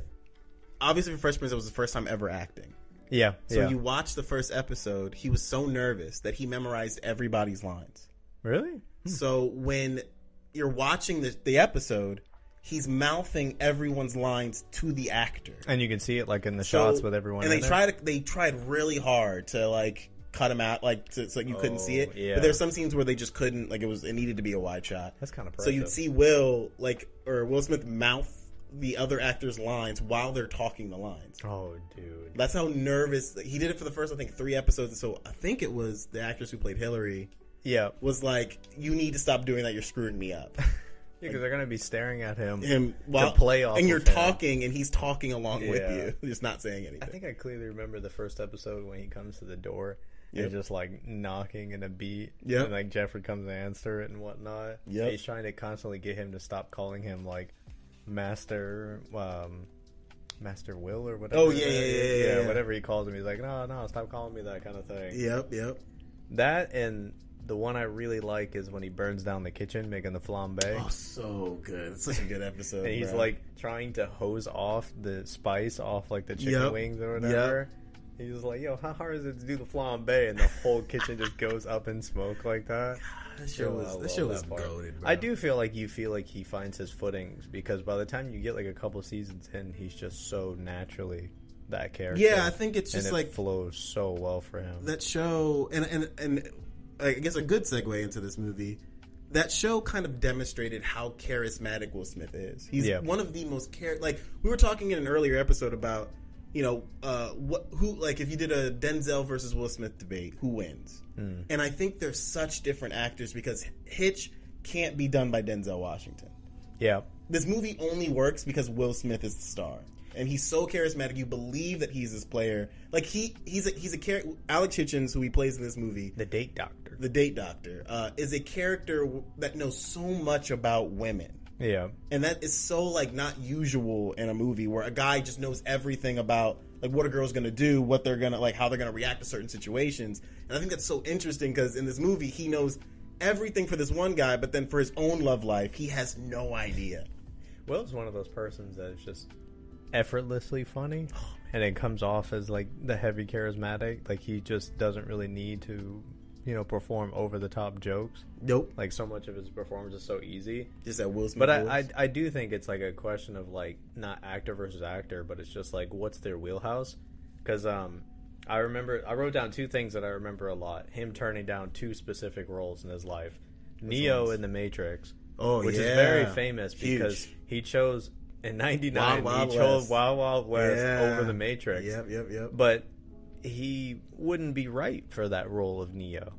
B: obviously for Fresh Prince, it was the first time ever acting.
C: Yeah.
B: So
C: yeah.
B: you watch the first episode, he was so nervous that he memorized everybody's lines.
C: really?
B: So when you're watching the, the episode, he's mouthing everyone's lines to the actor.
C: And you can see it like in the
B: So-
C: shots with everyone.
B: And
C: in
B: they
C: it.
B: tried they tried really hard to like cut him out, like to, so you couldn't see
C: Oh,
B: it.
C: yeah.
B: But there's some scenes where they just couldn't, like it was it needed to be a wide shot.
C: That's kind of
B: So you'd see Will like or Will Smith mouth the other actor's lines while they're talking the lines.
C: Oh, dude.
B: That's how nervous he did it for the first, I think, three episodes. So I think it was the actress who played Hillary
C: Yeah.
B: was like, "You need to stop doing that. You're screwing me up."
C: Because they're gonna be staring at him.
B: Him while
C: play off
B: and you're
C: of him.
B: talking, and he's talking along
C: Yeah.
B: with you, just not saying
C: I
B: anything.
C: think I clearly remember the first episode when he comes to the door.
B: Yep.
C: And just like knocking in a beat,
B: Yep.
C: and like Jeffrey comes to answer it and whatnot.
B: Yep.
C: he's trying to constantly get him to stop calling him like Master, um, Master Will or whatever.
B: Oh, yeah,
C: that
B: yeah,
C: is.
B: yeah, yeah, yeah.
C: whatever he calls him, he's like, no, no, stop calling me that kind of thing.
B: Yep, yep.
C: That and the one I really like is when he burns down the kitchen making the flambe.
B: Oh, so good. It's such a good episode.
C: And he's
B: bro.
C: like trying to hose off the spice off like the chicken
B: Yep.
C: wings or
B: Yep.
C: whatever. He's just like, yo, how hard is it to do the flambe? And the whole kitchen just goes up in smoke like that.
B: that show
C: Yo, I
B: was
C: love
B: that show
C: that
B: was
C: part.
B: goaded.
C: I do feel like you feel like he finds his footings because by the time you get like a couple seasons in, he's just so naturally that character.
B: Yeah, I think it's just
C: and it
B: like
C: flows so well for him.
B: that show, and and and I guess a good segue into this movie. That show kind of demonstrated how charismatic Will Smith is. He's
C: Yeah.
B: one of the most char- like we were talking in an earlier episode about you know uh, what who like if you did a Denzel versus Will Smith debate, who wins? And I think they're such different actors because Hitch can't be done by Denzel Washington.
C: yeah.
B: this movie only works because Will Smith is the star, and he's so charismatic. You believe that he's this player. Like he he's a, he's a char- Alex Hitchens who he plays in this movie,
C: The date doctor.
B: the date doctor, uh, is a character w- that knows so much about women,
C: yeah.
B: and that is so like not usual in a movie where a guy just knows everything about like what a girl's gonna do, what they're gonna like, how they're gonna react to certain situations. And I think that's so interesting because in this movie he knows everything for this one guy, but then for his own love life he has no idea.
C: Will's one of those persons that is just effortlessly funny, and it comes off as like the heavy charismatic. Like he just doesn't really need to, you know, perform over the top jokes.
B: Nope.
C: Like so much of his performance is so easy.
B: Just that Will Smith.
C: But I, I,
B: voice.
C: I do think it's like a question of like not actor versus actor, but it's just like what's their wheelhouse? Because um, I remember I wrote down two things that I remember a lot: him turning down two specific roles in his life, Neo
B: ones?
C: in The Matrix,
B: Oh,
C: which
B: yeah.
C: is very famous
B: Huge.
C: because he chose in
B: Wild
C: '99
B: Wild
C: he chose
B: West.
C: Wild Wild West
B: Yeah.
C: over The Matrix,
B: Yep, yep, yep.
C: but he wouldn't be right for that role of Neo.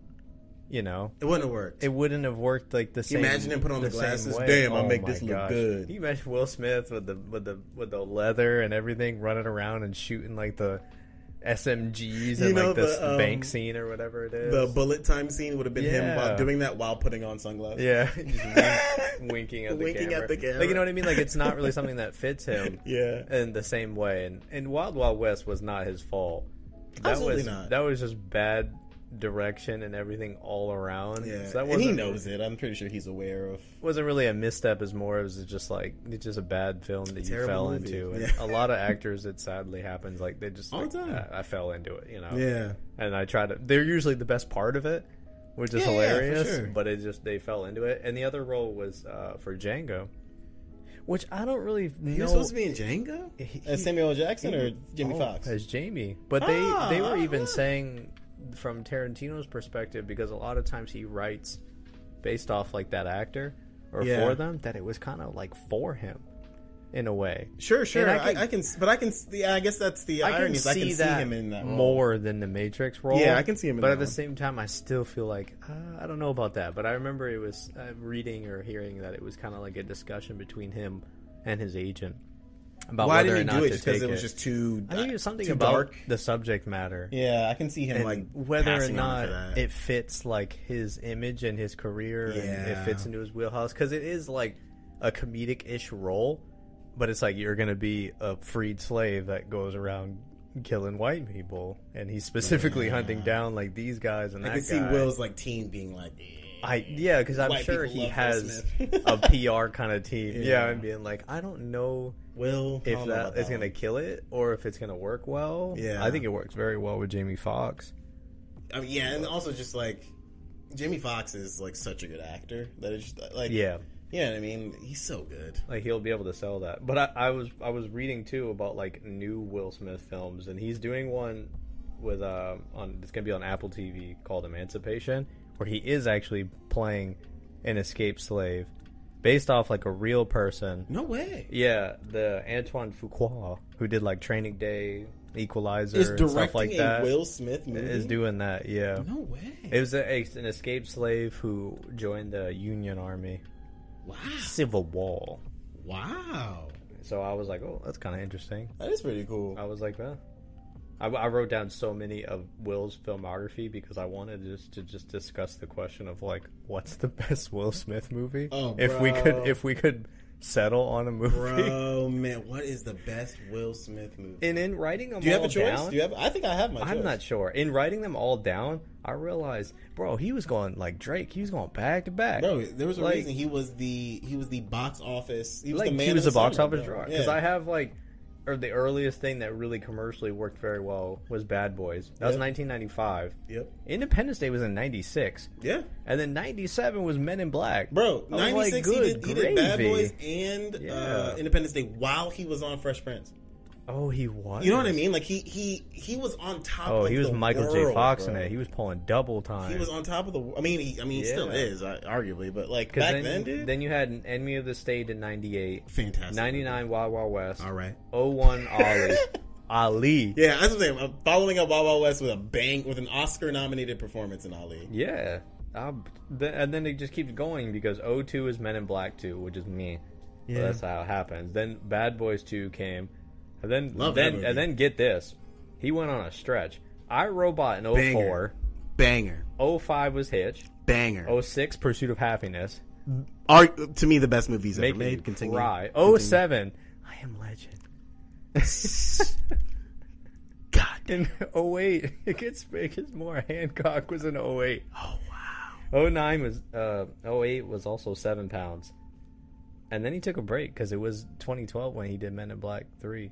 C: You know,
B: it wouldn't have worked.
C: it wouldn't have worked like the same.
B: imagine him put on the
C: same
B: glasses?
C: way.
B: Damn, I
C: Oh
B: make
C: my
B: this look
C: gosh.
B: good.
C: Can you imagine Will Smith with the with the with the leather and everything, running around and shooting like the SMGs
B: You
C: and
B: know,
C: like this
B: the, um,
C: bank scene or whatever it is.
B: the bullet time scene would have been him
C: Yeah.
B: while doing that while putting on sunglasses.
C: yeah, just wink- winking at the
B: Winking
C: camera.
B: at the camera.
C: Like you know what I mean? Like it's not really something that fits him
B: Yeah.
C: in the same way. And and Wild Wild West was not his fault. That
B: Absolutely
C: was
B: not.
C: that was just bad direction and everything all around.
B: Yeah.
C: So that
B: and he
C: wasn't-
B: knows it. I'm pretty sure he's aware of.
C: wasn't really a misstep as more it was just like it's just a bad film that you
B: terrible
C: fell
B: movie.
C: into and
B: Yeah.
C: a lot of actors it sadly happens like they just
B: All
C: like,
B: the time.
C: "Ah, I, fell into it you know
B: Yeah.
C: and I try to they're usually the best part of it which is
B: Yeah, yeah, for
C: hilarious
B: sure.
C: but it just they fell into it and the other role was uh, for Django which I don't really know
B: He was supposed to be in Django?
C: He-
B: as Samuel L. Jackson or Jimmy
C: Oh,
B: Fox?
C: as Jamie but they
B: Ah,
C: they were
B: ah,
C: even
B: ah.
C: saying from Tarantino's perspective because a lot of times he writes based off like that actor or
B: Yeah.
C: for them that it was kind of like for him in a way.
B: Sure, sure.
C: And I
B: I I
C: can-
B: can, s but I can. s- Yeah, I guess that's the
C: I can
B: irony.
C: see,
B: is I can see
C: that
B: him in that role.
C: more than the Matrix role.
B: Yeah, I can see him in
C: But
B: that
C: at the
B: one.
C: same time, I still feel like uh, I don't know about that. But I remember it was uh, reading or hearing that it was kind of like a discussion between him and his agent about
B: Why
C: whether
B: didn't he
C: or not
B: do it?
C: to
B: Just because
C: take
B: it was just too.
C: I think it was something
B: too
C: about
B: dark.
C: the subject matter.
B: Yeah, I can see him
C: and
B: like
C: whether or
B: passing on for
C: not
B: that.
C: it fits like his image and his career and it
B: Yeah.
C: fits into his wheelhouse because it is like a comedic-ish role but it's like you're gonna be a freed slave that goes around killing white people and he's specifically hunting down like these guys and
B: I
C: that
B: can see
C: guy.
B: Will's like team being like. "Eh."
C: I yeah, because I'm
B: White
C: sure
B: people love
C: he
B: Will
C: has
B: Smith.
C: a PR kind of team. Yeah.
B: Yeah.
C: and being like, I don't know
B: will. I
C: if
B: don't know
C: that
B: about
C: is
B: one.
C: gonna kill it or if it's gonna work well.
B: Yeah.
C: I think it works very well with Jamie Foxx.
B: I mean, yeah, and also just like Jamie Foxx is like such a good actor that it's just like
C: Yeah,
B: yeah. I mean, he's so good.
C: like he'll be able to sell that. But I, I was I was reading too about like new Will Smith films, and he's doing one with uh on it's gonna be on Apple TV called Emancipation, where he is actually playing an escaped slave, based off like a real person.
B: No way.
C: Yeah, the Antoine Fuqua who did like Training Day, Equalizer,
B: Is
C: and
B: directing
C: stuff like
B: a
C: that,
B: Will Smith movie? Mm-hmm.
C: is doing that. Yeah.
B: no way.
C: It was a, it's an escaped slave who joined the Union Army.
B: wow.
C: Civil War.
B: Wow.
C: So I was like, oh, that's kind of interesting.
B: That is pretty cool.
C: I was like, well, I, I wrote down so many of Will's filmography because I wanted just to just discuss the question of like, what's the best Will Smith movie?
B: Oh,
C: if we
B: bro.
C: could, if we could settle on a movie.
B: Bro, man, what is the best Will Smith movie?
C: And in writing them
B: Do you
C: all
B: have a choice?
C: down,
B: Do you have? I think I have my.
C: I'm
B: choice.
C: not sure. In writing them all down, I realized, bro, he was going like Drake. He was going back to back.
B: Bro, there was a
C: Like-
B: reason he was the he was the box office. He was
C: like
B: the man.
C: he was a
B: of the
C: box
B: summer,
C: office
B: bro.
C: draw
B: Yeah.
C: because I have like, or the earliest thing that really commercially worked very well was Bad Boys. That was
B: Yep.
C: 1995.
B: Yep.
C: Independence Day was in 96.
B: Yeah.
C: And then 97 was Men in Black.
B: Bro,
C: I was like,
B: ninety six. he
C: good
B: did he did Bad
C: gravy.
B: Boys and uh,
C: Yeah.
B: Independence Day while he was on Fresh Prince.
C: Oh, he was.
B: You know what I mean? Like he he he was on top.
C: Oh,
B: of
C: he was
B: the
C: Michael J.
B: world,
C: Fox in
B: bro.
C: it. He was pulling double time.
B: He was on top of the. I mean, he, I mean, he still
C: Yeah.
B: is uh, arguably, but like
C: 'Cause
B: back then, dude,
C: you had an Enemy of the State in 98,
B: fantastic.
C: 99 Wild Wild West,
B: All right.
C: 01 Ollie. Ali.
B: Yeah, that's what I'm saying. I'm following up Wild Wild West with a bang with an Oscar nominated performance in Ali.
C: Yeah. Um, th- and then it just keeps going because O2 is Men in Black 2, which is me. So that's how it happens. Then Bad Boys 2 came. And then
B: Love that
C: then
B: movie.
C: and then get this. He went on a stretch. I Robot in 04,
B: Banger,
C: 05 was Hitch,
B: banger.
C: 06 Pursuit of Happiness,
B: Are to me the best movies
C: Make
B: ever made. Oh,
C: Me
B: Continue.
C: Cry,
B: Continue.
C: 07 I Am Legend.
B: God.
C: In 08 it gets it gets more Hancock was in 08.
B: Oh wow.
C: 09 was uh 08 was also 7 pounds. And then he took a break cuz it was 2012 when he did Men in Black 3.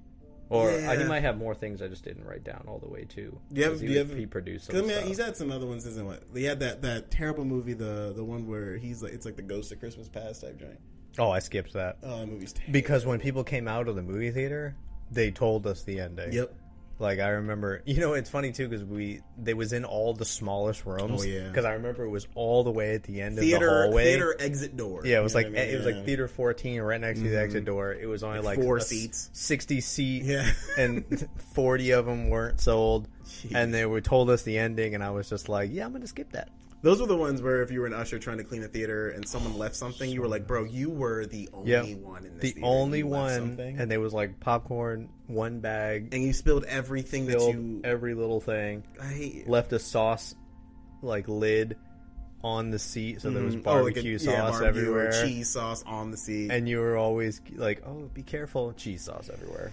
C: Or uh, he
B: Yeah.
C: might have more things I just didn't write down all the way too.
B: Do you have-
C: 'Cause he,
B: do you
C: was-
B: have-
C: he produced some
B: Cause I mean,
C: stuff.
B: he's had some other ones, isn't what? He had that that terrible movie, the the one where he's like, it's like the Ghost of Christmas Past type joint.
C: Oh, I skipped that.
B: Oh, that movie's terrible.
C: Because when people came out of the movie theater, they told us the ending.
B: Yep.
C: Like I remember, you know, it's funny too because we they was in all the smallest rooms.
B: Oh, yeah.
C: Because I remember it was all the way at the end of the
B: Theater
C: hallway.
B: theater exit door.
C: Yeah, it was
B: You
C: like
B: know what I mean?
C: it was
B: Yeah.
C: like theater fourteen, right next to the exit door. It was only
B: Like
C: like,
B: four
C: a s-
B: seats.
C: sixty seat,
B: Yeah.
C: and forty of them weren't sold. And they were told us the ending, and I was just like, "Yeah, I'm gonna skip that."
B: Those were the ones where if you were an usher trying to clean a theater and someone left something, you were like, "Bro, you were the only
C: Yeah,
B: one in this
C: the
B: theater.
C: only
B: You left
C: one,
B: something.
C: and they was like popcorn, one bag,
B: and you spilled everything that
C: filled
B: you.
C: every little thing,
B: I hate you. Oh,
C: left a sauce like lid on the seat, so there was
B: Mm, oh, like a-
C: barbecue
B: yeah,
C: sauce
B: barbecue or
C: everywhere,
B: cheese sauce on the seat.
C: and you were always like, "Oh, be careful!" Cheese sauce everywhere.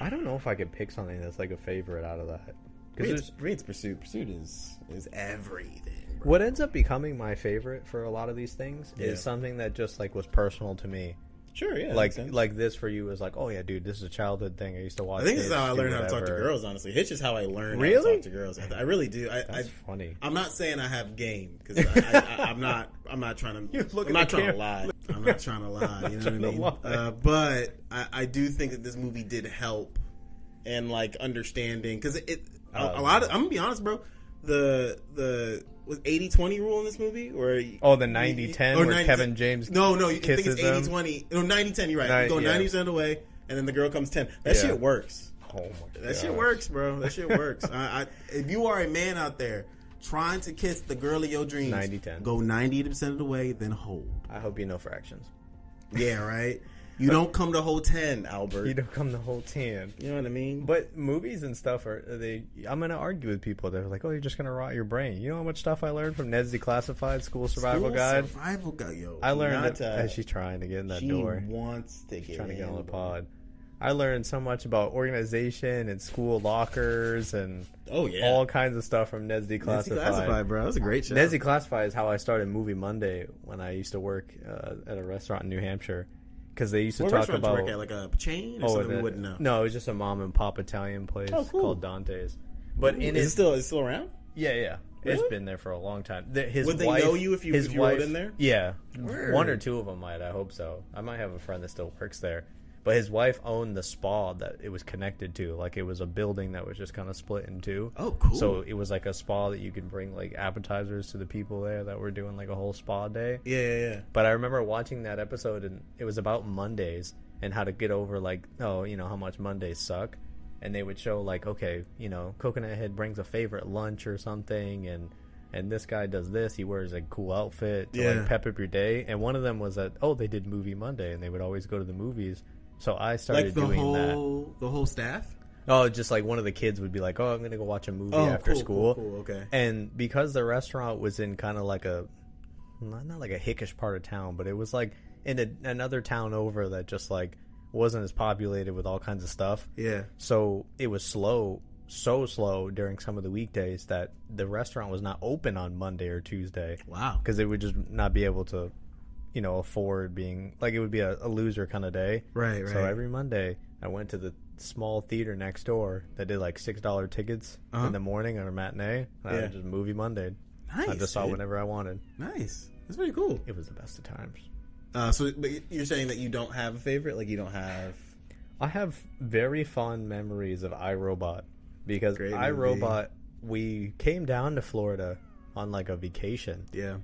C: I don't know if I could pick something that's like a favorite out of that. Because
B: Raid's,
C: there's
B: Raid's pursuit, pursuit is is everything. Bro.
C: what ends up becoming my favorite for a lot of these things
B: Yeah.
C: is something that just like was personal to me.
B: Sure, yeah,
C: Like
B: makes sense.
C: like this for you is like, oh yeah, dude, this is a childhood thing I used to watch.
B: I think this is
C: Hitch,
B: how I
C: do
B: learned how to talk to
C: whatever.
B: girls. Honestly, Hitch is how I learned how to
C: Really?
B: talk to girls. I, I really do. I, I
C: That's funny.
B: I'm not saying I have game because I, I, I, I'm not. I'm not trying to.
C: You look
B: I'm
C: at
B: not
C: the
B: trying to
C: camera.
B: lie. I'm not trying to lie. You know what I
C: trying to
B: mean?
C: lie.
B: Uh, but I, I do think that this movie did help and like understanding because it, it a, a
C: Oh,
B: lot of. I'm gonna be honest, bro. The the was 80 20 rule in this movie or
C: Oh, the 90-10
B: or
C: where Kevin James
B: no no you think
C: kisses
B: it's
C: him?
B: 80 20 no 90 10 you're right
C: Ni-
B: you go
C: yeah.
B: 90 percent away and then the girl comes 10 that
C: Yeah.
B: shit works
C: Oh my
B: that shit
C: gosh.
B: works, bro. That shit works. I, I, if you are a man out there trying to kiss the girl of your dreams,
C: 90-10.
B: go 90% of the way, then hold.
C: I hope you know fractions.
B: Yeah, right? You don't come to whole 10, Albert.
C: You
B: You,
C: don't come the whole ten.
B: know what I mean?
C: But movies and stuff are they? I'm gonna argue with people. They're like, "Oh, you're just gonna rot your brain." You know how much stuff I learned from Ned's Declassified School Survival
B: Ooh,
C: Guide.
B: Survival guide, yo.
C: I learned that
B: Hinata,
C: as she's trying to get in that
B: uh, she
C: door,
B: wants to get
C: trying to get on the
B: in.
C: pod. I learned so much about organization and school lockers and
B: Oh, yeah.
C: all kinds of stuff from Ned's
B: Nancy Classified,
C: Declassified.
B: bro. That was a great show.
C: Ned's Declassified is how I started Movie Monday when I used to work uh, at a restaurant in New Hampshire. because they used to
B: What
C: talk
B: restaurant
C: about
B: you work at? Like a chain or
C: oh,
B: something we
C: the-
B: wouldn't know.
C: no, it was just a mom and pop Italian place
B: Oh, cool.
C: called Dante's. But in
B: Is it
C: his
B: still is it still around?
C: yeah, yeah,
B: Really?
C: it's been there for a long time. The- his
B: Would they
C: wife-
B: know you if you-
C: his
B: if you rolled
C: wife-
B: in there?
C: Yeah,
B: Word.
C: one or two of them might. I hope so. I might have a friend that still works there. But his wife owned the spa that it was connected to. Like it was a building that was just kind of split in two.
B: Oh, cool.
C: So it was like a spa that you could bring like appetizers to the people there that were doing like a whole spa day.
B: Yeah, yeah, yeah.
C: But I remember watching that episode, and it was about Mondays and how to get over like, oh, you know how much Mondays suck, and they would show like, okay, you know, Coconut Head brings a favorite lunch or something, and and this guy does this, he wears a cool outfit to
B: Yeah.
C: like pep up your day. And one of them was that, oh, they did Movie Monday, and they would always go to the movies. So I started
B: Like the
C: doing that.
B: whole the whole staff.
C: Oh, just like one of the kids would be like, "Oh, I'm gonna go watch a movie
B: Oh,
C: after
B: cool,
C: school."
B: cool, cool, okay.
C: And because the restaurant was in kind of like a not, not like a hickish part of town, but it was like in a, another town over that just like wasn't as populated with all kinds of stuff.
B: Yeah.
C: So it was slow, so slow during some of the weekdays that the restaurant was not open on Monday or Tuesday
B: Wow.
C: because they would just not be able to, you know, afford being like it would be a, a loser kind of day.
B: Right, right.
C: So every Monday, I went to the small theater next door that did like six dollar tickets
B: Uh-huh.
C: in the morning on a matinee. And I
B: Yeah.
C: would just movie Monday.
B: Nice.
C: I just saw
B: dude.
C: whenever I wanted.
B: Nice. That's pretty cool.
C: It was the best of times.
B: Uh, so, but you're saying that you don't have a favorite? Like you don't have?
C: I have very fond memories of iRobot because
B: Great movie.
C: iRobot. We came down to Florida on like a vacation.
B: Yeah.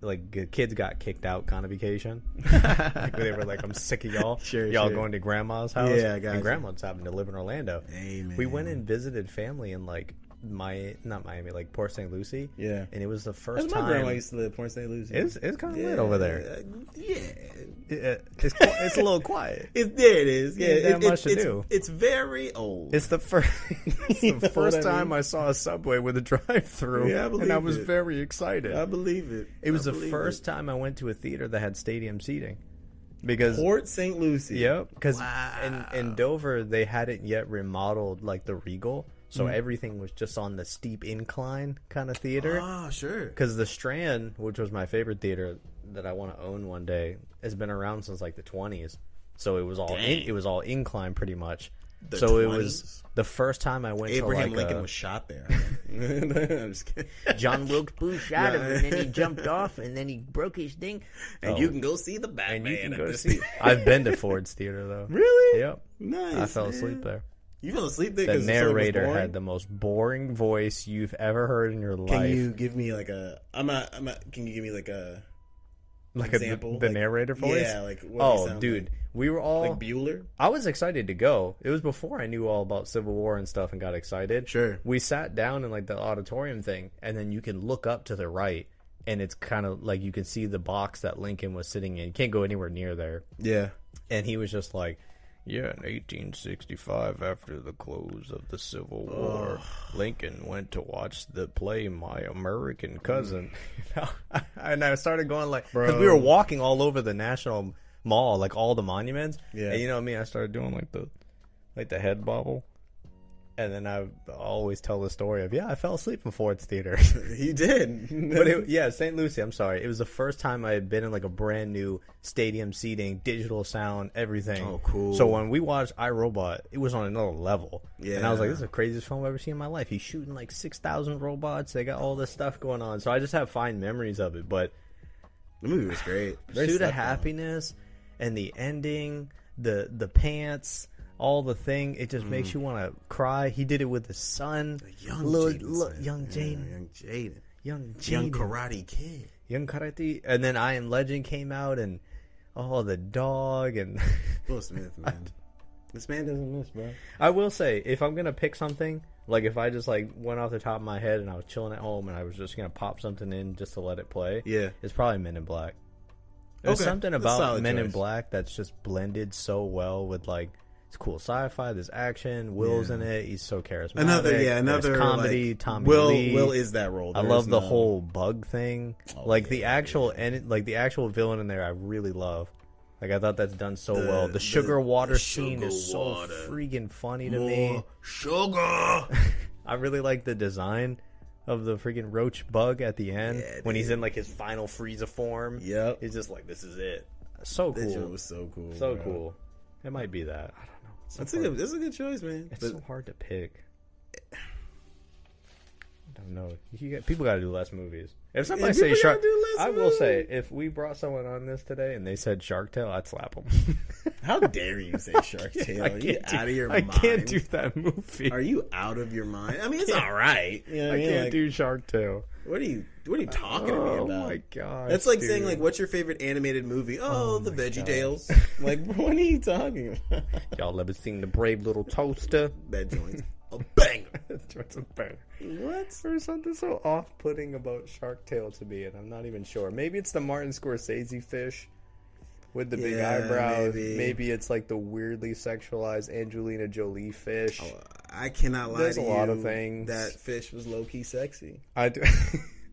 C: like the kids got kicked out kind of vacation. like they were like, "I'm sick of y'all.
B: Sure,
C: y'all
B: sure.
C: going to grandma's house."
B: Yeah, I gotcha.
C: And grandma's happened to live in Orlando.
B: Amen.
C: We went and visited family in like my not Miami, like Port St. Lucie.
B: Yeah.
C: and it was the first
B: That's my
C: time.
B: grandma used to live Port St. Lucie.
C: it's it's kind of lit over there.
B: Uh, yeah.
C: It- it- it's qu- it's a little quiet.
B: It's there. It is. Yeah.
C: Ain't that
B: it- it-
C: much to
B: it's,
C: do.
B: It's very old.
C: It's the first
B: You
C: it's
B: know
C: the first
B: what I
C: time
B: mean?
C: I saw a subway with a drive-through,
B: Yeah, I
C: and I
B: believe
C: was
B: it.
C: very excited.
B: I believe it.
C: it was
B: I
C: the
B: believe
C: first
B: it.
C: time I went to a theater that had stadium seating because
B: Port St. Lucie.
C: Yep, because
B: Wow.
C: in, in Dover they hadn't yet remodeled like the Regal, so
B: Mm.
C: everything was just on the steep incline kind of theater.
B: Oh, sure.
C: Because the Strand, which was my favorite theater that I want to own one day, has been around since like the twenties, so it was all in,
B: Dang.
C: it was all incline pretty much.
B: The
C: so it was
B: 20s?
C: the first time I went
B: Abraham
C: to like
B: Lincoln
C: a-
B: was shot there. I'm just kidding.
C: John Wilkes Booth shot him, and then he jumped off, and then he broke his thing.
B: And you can go see the Batman.
C: Oh. and you can
B: at
C: go
B: this-
C: see. I've been to Ford's Theater though.
B: Really?
C: Yep.
B: Nice.
C: I fell
B: man.
C: asleep there.
B: You fell asleep there.
C: the
B: 'cause story was
C: narrator
B: boring?
C: had the most boring voice you've ever heard in your
B: Can
C: life.
B: you give me like a? I'm not. I'm not. Can you give me like a?
C: like
B: example,
C: a, the
B: like-
C: narrator voice?
B: Yeah, like what he
C: oh,
B: sound
C: dude, we were all.
B: like, like Bueller.
C: I was excited to go. It was before I knew all about Civil War and stuff and got excited.
B: Sure.
C: We sat down in like the auditorium thing, and then you can look up to the right, and it's kind of like you can see the box that Lincoln was sitting in. You can't go anywhere near there.
B: Yeah.
C: and he was just like yeah in 1865 after the close of the civil war lincoln went to watch the play my american cousin Mm. and i started going like because we
B: Bro.
C: were walking all over the national mall like all the monuments
B: Yeah.
C: and you know me i started doing like the like the head bobble and then i always tell the story of yeah i fell asleep in ford's theater
B: He did.
C: but it, yeah, St. Lucie. I'm sorry. It was the first time I had been in like a brand new stadium seating, digital sound, everything.
B: Oh, cool.
C: So when we watched iRobot, it was on another level. And I was like,
B: Yeah.
C: this is the craziest film I've ever seen in my life. He's shooting like 6,000 robots. They got all this stuff going on. So I just have fine memories of it. But
B: the movie was great. Very
C: Pursuit of
B: slept
C: Happiness and the ending, the the pants, all the thing, it just makes you want to cry. He did it with his
B: on.
C: son.
B: Mm. Young
C: Lil-
B: Jaden.
C: Lil-
B: Smith.
C: Young
B: Yeah,
C: Jaden.
B: young Jaden.
C: Young
B: Young
C: Jaden.
B: Karate Kid.
C: Young Karate, and then I Am Legend came out, and oh, the dog, and
B: Will Smith, man. this man doesn't miss, bro.
C: I will say, if I'm gonna pick something, like if I just like went off the top of my head and I was chilling at home and I was just gonna pop something in just to let it play,
B: Yeah.
C: it's probably Men in Black. There's
B: Okay,
C: something
B: that's
C: about
B: solid
C: Men in
B: choice.
C: Black that's just blended so well with like it's cool sci-fi, there's action, Will's
B: Yeah.
C: in it, he's so charismatic.
B: Another, yeah,
C: there's
B: another
C: comedy.
B: Like,
C: Tommy
B: Will,
C: Lee.
B: Will is that role.
C: I
B: There
C: love
B: is
C: the
B: no- Oh,
C: whole bug thing. like the actual and like the actual villain in there, I really love. Like I thought that's done so
B: The-
C: well.
B: the-
C: The sugar water
B: the
C: scene
B: sugar
C: is
B: water.
C: so freaking funny to me.
B: More sugar.
C: I really like the design of the freaking roach bug at the end
B: Yeah,
C: when he's in like his final Frieza form.
B: Yep.
C: he's just like this is it. So
B: That joint
C: cool.
B: was so cool.
C: so
B: bro.
C: cool. It might be that. I don't know. It's so
B: That's a
C: hard-
B: good. That's a good choice, man.
C: It's
B: But
C: so hard to pick. I don't know. You got, people got to do less movies. If somebody
B: people
C: says Shark,
B: gotta do less
C: I will say
B: movies.
C: if we brought someone on this today and they said Shark Tale, I'd slap them.
B: how dare you say Shark Tale? Are you out of your
C: I
B: mind?
C: can't do that movie.
B: Are you out of your mind? I mean, it's all right. You know what
C: I
B: I mean?
C: can't
B: Like,
C: do Shark Tale.
B: what are you? What are you talking to me
C: Oh
B: about?
C: my god!
B: That's like
C: dude.
B: saying like, what's your favorite animated movie? Oh, the Veggie Tales. like, what are you talking about?
C: y'all ever seen the Brave Little Toaster?
B: that joint, a banger.
C: That's a banger.
B: What?
C: There's something so off-putting about Shark Tale to me, and I'm not even sure. Maybe it's the Martin Scorsese fish with the big
B: Yeah,
C: eyebrows.
B: maybe.
C: Maybe. it's like the weirdly sexualized Angelina Jolie fish.
B: I cannot lie
C: There's
B: to
C: a lot
B: you
C: of things.
B: That fish was low key sexy.
C: I do.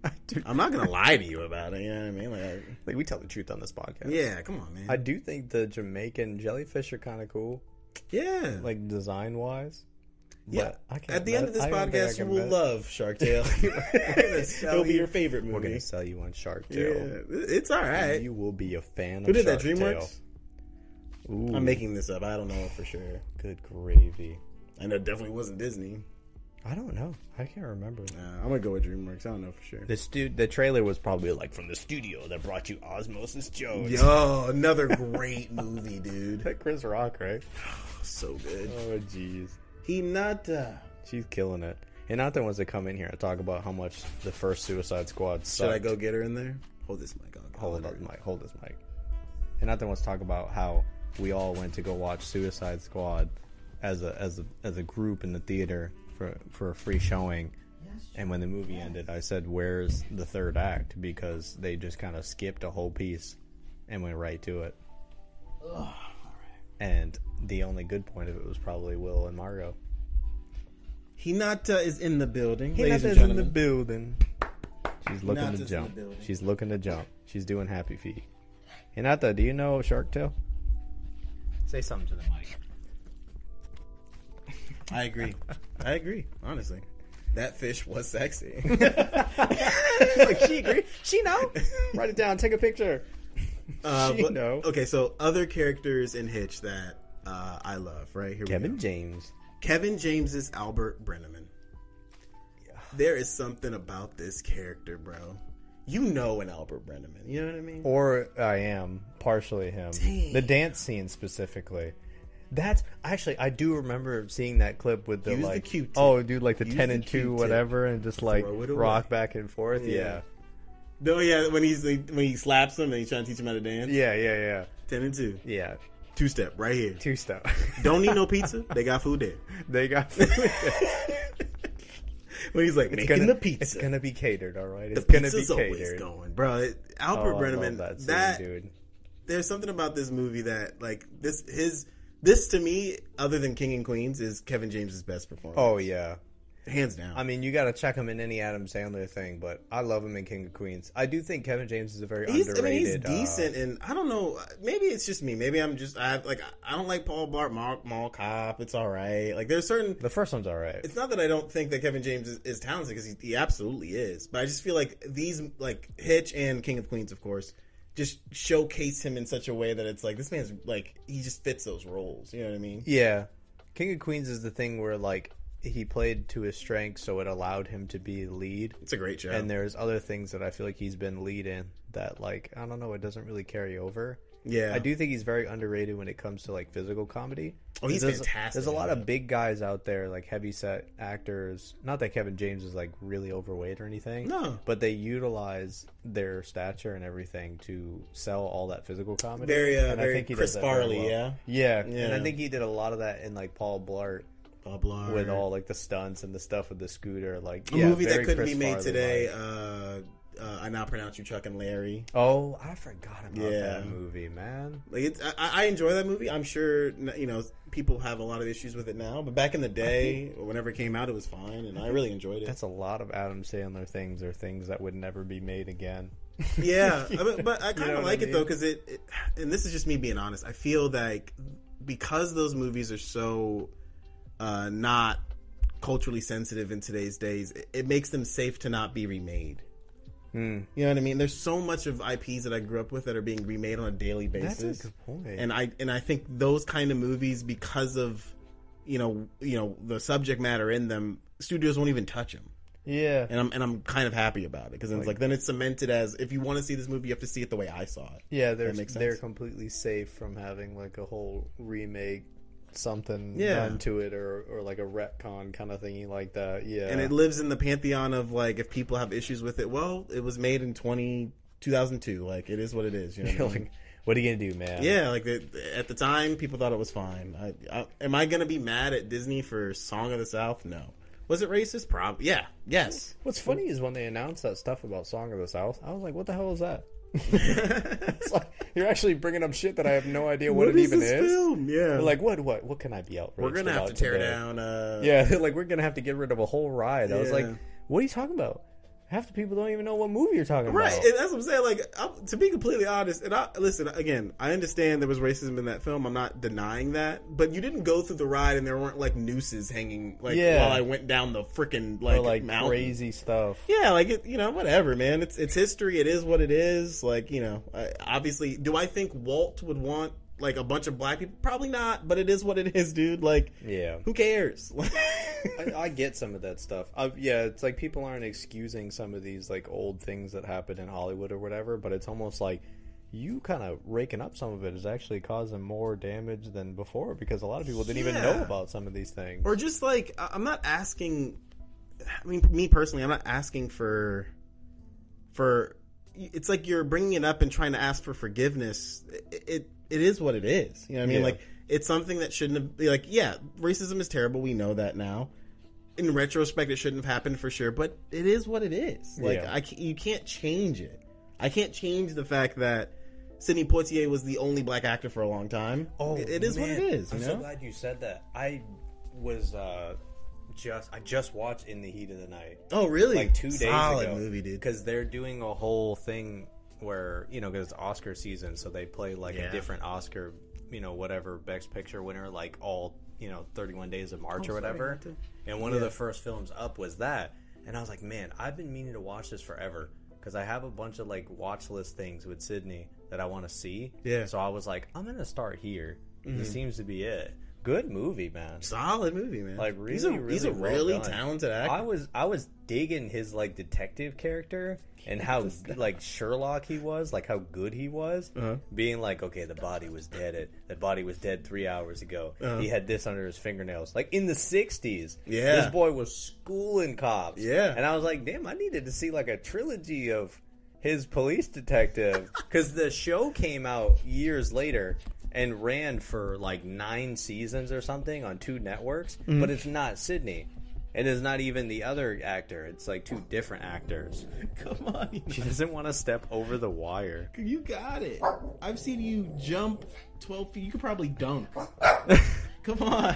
C: I do.
B: I'm not gonna lie to you about it. You know what I mean? Like, I-
C: Like we tell the truth on this podcast.
B: yeah, come on, man.
C: I do think the Jamaican jellyfish are kind of cool,
B: yeah,
C: like design wise.
B: yeah.
C: but I can't
B: At the end
C: bet-
B: of this
C: I don't think I
B: podcast, you
C: can
B: will
C: bet.
B: love Shark Tale. We're gonna sell
C: It'll
B: you-
C: be your
B: favorite
C: uh, We're gonna sell you on Shark
B: Yeah,
C: Tale.
B: it's all right.
C: You will be a fan.
B: Who
C: of
B: did that?
C: Shark Tale.
B: DreamWorks.
C: Ooh,
B: I'm making this up. I don't know for sure.
C: good gravy.
B: I know it definitely wasn't Disney.
C: I don't know. I can't remember.
B: Uh, I'm gonna go with DreamWorks. I don't know for sure.
C: The stu- the trailer was probably like from the studio that brought you Osmosis Jones.
B: Yo, another great movie, dude.
C: That Chris Rock, right?
B: So good.
C: Oh jeez,
B: He not. Uh,
C: she's killing it. And Hinata wants to come in here and talk about how much the first Suicide Squad.
B: should
C: Sucked.
B: I go get her in there? Hold this mic. I'll
C: Hold this mic. Hold this mic. Hinata wants to talk about how we all went to go watch Suicide Squad as a as a as a group in the theater for for a free showing. And when the movie ended, I said, "Where's the third act?" Because they just kind of skipped a whole piece and went right to it. And the only good point of it was probably Will and Margot.
B: He not uh, is in the building. He
C: Ladies and gentlemen, building. She's looking
B: Hinata's
C: to
B: in
C: jump.
B: the building.
C: She's looking to jump. She's doing happy feet. Hinata, do you know Shark Tale? Say something to the mic.
B: I agree. I agree. Honestly, that fish was sexy.
C: like she agree. She know. Write it down. Take a picture.
B: Uh,
C: She know.
B: Okay, so other characters in Hitch that uh, I love. Right here,
C: Kevin
B: We go.
C: James.
B: Kevin James's Albert Brenneman. There is something about this character, bro. You know an Albert Brenneman. You know what I mean?
C: Or I am partially him. The dance scene specifically. That's actually I do remember seeing that clip with the
B: Use the
C: like
B: Q-tip.
C: oh dude like the
B: Use
C: ten
B: the
C: and two
B: Q-tip.
C: whatever and just like
B: Throw it away.
C: rock back and forth.
B: Yeah.
C: Yeah.
B: No, yeah. When he's when he slaps him and he's trying to teach him how to dance.
C: Yeah, yeah, yeah.
B: Ten and two,
C: Yeah.
B: two step right here.
C: Two step.
B: Don't need no pizza. They got food there.
C: they got
B: When he's like
C: It's
B: making
C: gonna,
B: the pizza,
C: It's gonna be catered, all right. It's
B: the
C: gonna be
B: pizza's always
C: catered.
B: going, bro. It, Albert
C: Oh, I love
B: Brenneman.
C: that,
B: That,
C: scene, dude.
B: there's something about this movie that like this his this to me other than King and Queens is Kevin James's best performance.
C: Oh yeah.
B: hands down.
C: I mean, you gotta check him in any Adam Sandler thing, but I love him in King of Queens. I do think Kevin James is a very
B: he's, I mean, he's
C: underrated. uh,
B: decent, and I don't know. Maybe it's just me. Maybe I'm just I have, like I- I don't like Paul Bart Mall, Mall Cop. It's all right. Like there's certain.
C: the first one's all right.
B: It's not that I don't think that Kevin James is, is talented because he, he absolutely is, but I just feel like these like Hitch and King of Queens, of course, just showcase him in such a way that it's like this man's like he just fits those roles. You know what I mean?
C: Yeah. King of Queens is the thing where like he played to his strengths, so it allowed him to be the lead.
B: It's a great show.
C: And there's other things that I feel like he's been lead in that like I don't know, it doesn't really carry over.
B: yeah,
C: I do think he's very underrated when it comes to like physical comedy.
B: Oh, he's
C: there's,
B: fantastic
C: There's a
B: in
C: lot
B: that.
C: of big guys out there, like heavy set actors. Not that Kevin James is like really overweight or anything.
B: No.
C: But they utilize their stature and everything to sell all that physical comedy.
B: Very, uh,
C: and
B: very
C: he
B: Chris
C: does that very
B: Farley, yeah?
C: yeah. And
B: Yeah.
C: I think he did a lot of that in like Paul Blart
B: Bob Lazar.
C: with all like the stunts and the stuff with the scooter. Like
B: a
C: yeah,
B: movie that
C: very
B: couldn't be
C: Chris
B: made
C: Farley
B: today.
C: like.
B: Uh, uh, I now pronounce you Chuck and Larry.
C: Oh, I forgot about
B: Yeah.
C: that movie, man.
B: Like it's, I, I enjoy that movie. I'm sure n- you know people have a lot of issues with it now, but back in the day, or whenever it came out, it was fine, and I really enjoyed it.
C: That's a lot of Adam Sandler things or things that would never be made again.
B: yeah, I mean, but I kind
C: know
B: of
C: what I
B: like it
C: mean?
B: though because it, it. And this is just me being honest. I feel like because those movies are so uh, not culturally sensitive in today's days, it, it makes them safe to not be remade. You know what I mean? There's so much of IPs that I grew up with that are being remade on a daily basis.
C: point.
B: and I and I think those kind of movies because of you know you know the subject matter in them studios won't even touch them
C: yeah,
B: and I'm and I'm kind of happy about it because it's like then it's cemented as if you want to see this movie you have to see it the way I saw it
C: yeah, they're
B: makes
C: they're
B: sense.
C: completely safe from having like a whole remake, something
B: Yeah.
C: done to it, or or like a retcon kind of thingy like that. Yeah,
B: and it lives in the pantheon of like if people have issues with it well it was made in 20 2002 like it is what it is you know what I
C: You're
B: mean?
C: like, what are you gonna do, man?
B: yeah like the, at the time people thought it was fine I, I, am I gonna be mad at Disney for Song of the South no was it racist probably yeah yes
C: What's funny is when they announced that stuff about Song of the South, I was like, what the hell is that? It's like you're actually bringing up shit that I have no idea what, it even is.
B: film? Yeah,
C: They're like, what, what, what can I be outraged?
B: we're gonna have
C: about
B: to tear
C: today?
B: down. Uh,
C: Yeah, they're like we're gonna have to get rid of a whole ride. I was like,
B: Yeah.
C: what are you talking about? Half the people don't even know what movie you're talking
B: right.
C: about.
B: And that's what I'm saying. Like, i to be completely honest, and I listen again. I understand there was racism in that film. I'm not denying that, but you didn't go through the ride and there weren't like nooses hanging like
C: Yeah.
B: while I went down the freaking
C: Or
B: like,
C: like
B: mountain.
C: crazy stuff.
B: Yeah, like it, you know, whatever, man. It's it's history. It is what it is. Like you know, I, obviously, do I think Walt would want like a bunch of black people? Probably not. But it is what it is, dude. Like,
C: Yeah,
B: who cares?
C: I, I get some of that stuff. I, yeah, it's like people aren't excusing some of these like old things that happened in Hollywood or whatever, but it's almost like you kind of raking up some of it is actually causing more damage than before because a lot of people didn't even know
B: Yeah.
C: about some of these things.
B: or just like I- i'm not asking i mean me personally i'm not asking for for it's like you're bringing it up and trying to ask for forgiveness it it, it is what it is you know what i mean
C: Yeah.
B: like it's something that shouldn't have like yeah racism is terrible we know that now in retrospect it shouldn't have happened for sure but it is what it is like
C: Yeah.
B: I ca- you can't change it i can't change the fact that Sidney Poitier was the only black actor for a long time. It- it is what
C: Oh, man.
B: it is. You
C: I'm
B: know?
C: so glad you said that. I was uh, just I just watched In the Heat of the Night.
B: Oh, really?
C: like two days
B: Solid
C: ago.
B: movie, dude.
C: Because they're doing a whole thing where you know because it's Oscar season, so they play like a
B: Yeah.
C: different Oscar, you know, whatever Best Picture winner, like all you know, 31 days of
B: Oh,
C: March or whatever. And one of the first films up was that, and I was like, man, I've been meaning to watch this forever because I have a bunch of like watch list things with Sydney that I want to see.
B: Yeah. Mm-hmm.
C: So I was like, I'm gonna start here. This seems to be it. Good movie, man.
B: Solid movie, man.
C: Like,
B: he's a,
C: really,
B: he's a
C: really well
B: really
C: done.
B: talented
C: I
B: actor.
C: was I was digging his like detective character and how like Sherlock he was, like how good he was,
B: Uh-huh.
C: being like, okay, the body was dead. It the body was dead three hours ago.
B: Uh-huh.
C: He had this under his fingernails, like in the '60s.
B: Yeah.
C: this boy was schooling cops.
B: Yeah.
C: and I was like, damn, I needed to see like a trilogy of his police detective because the show came out years later and ran for like nine seasons or something on two networks
B: Mm.
C: but it's not sydney and it's not even the other actor it's like two different actors
B: Come on, you,
C: she doesn't want to step over the wire
B: you got it. I've seen you jump twelve feet. You could probably dunk. Come on.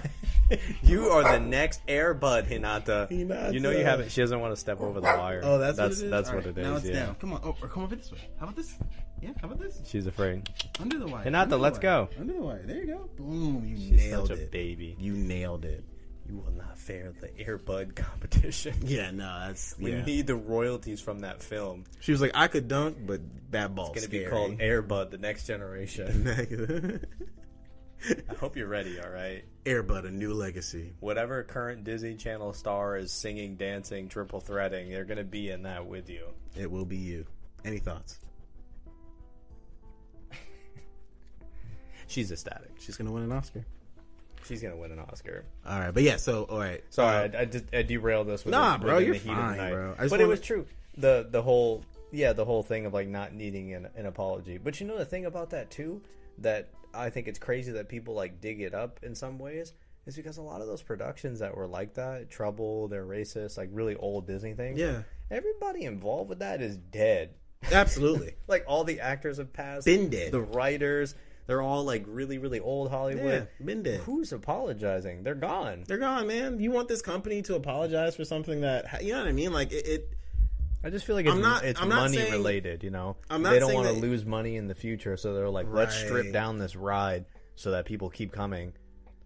C: you are the next airbud hinata
B: Hinata.
C: you know you haven't she doesn't want to step over the wire
B: Oh, that's
C: that's
B: what it is?
C: that's
B: All
C: what
B: right,
C: it is
B: Now it's
C: yeah
B: down. Come on. Oh, or come over this way. How about this? Yeah. How about this?
C: she's afraid
B: Under the wire.
C: Hinata,
B: Under the
C: let's
B: wire.
C: go.
B: Under the wire. There you go. Boom. You
C: she's
B: nailed
C: such a
B: it.
C: baby
B: You nailed it.
C: you will not fare the airbud competition
B: Yeah. No. That's
C: We
B: yeah.
C: need the royalties from that film.
B: She was like, I could dunk, but bad ball.
C: It's gonna be called Airbud: The Next Generation. I hope you're ready. All right.
B: Airbud, a new legacy.
C: Whatever current Disney Channel star is singing, dancing, triple threading, they're gonna be in that with you.
B: It will be you. Any thoughts?
C: She's ecstatic.
B: She's gonna win an Oscar.
C: She's gonna win an Oscar.
B: All right, but yeah. So all right.
C: Sorry, I, I, did- I derailed this. With
B: Uh-huh. Nah,
C: the-
B: bro,
C: within
B: you're
C: the heat of the
B: fine,
C: night.
B: bro. I
C: But
B: just
C: it
B: wanna-
C: was true. The the whole yeah, the whole thing of like not needing an, an apology. But you know the thing about that too, that I think it's crazy that people like dig it up in some ways, is because a lot of those productions that were like that, trouble, they're racist, like really old Disney things.
B: Yeah.
C: everybody involved with that is dead.
B: Absolutely.
C: Like all the actors have passed,
B: Been dead.
C: The writers, they're all like really really old
B: yeah.
C: Hollywood.
B: Been dead.
C: Who's apologizing? They're gone.
B: They're gone, man. You want this company to apologize for something that you know what I mean? Like it. it
C: I just feel like it's,
B: I'm not-
C: it's
B: I'm not
C: money
B: saying-
C: related, you know.
B: I'm not
C: they don't
B: saying
C: want to
B: that-
C: lose money in the future, so they're like, let's strip
B: Right.
C: down this ride so that people keep coming.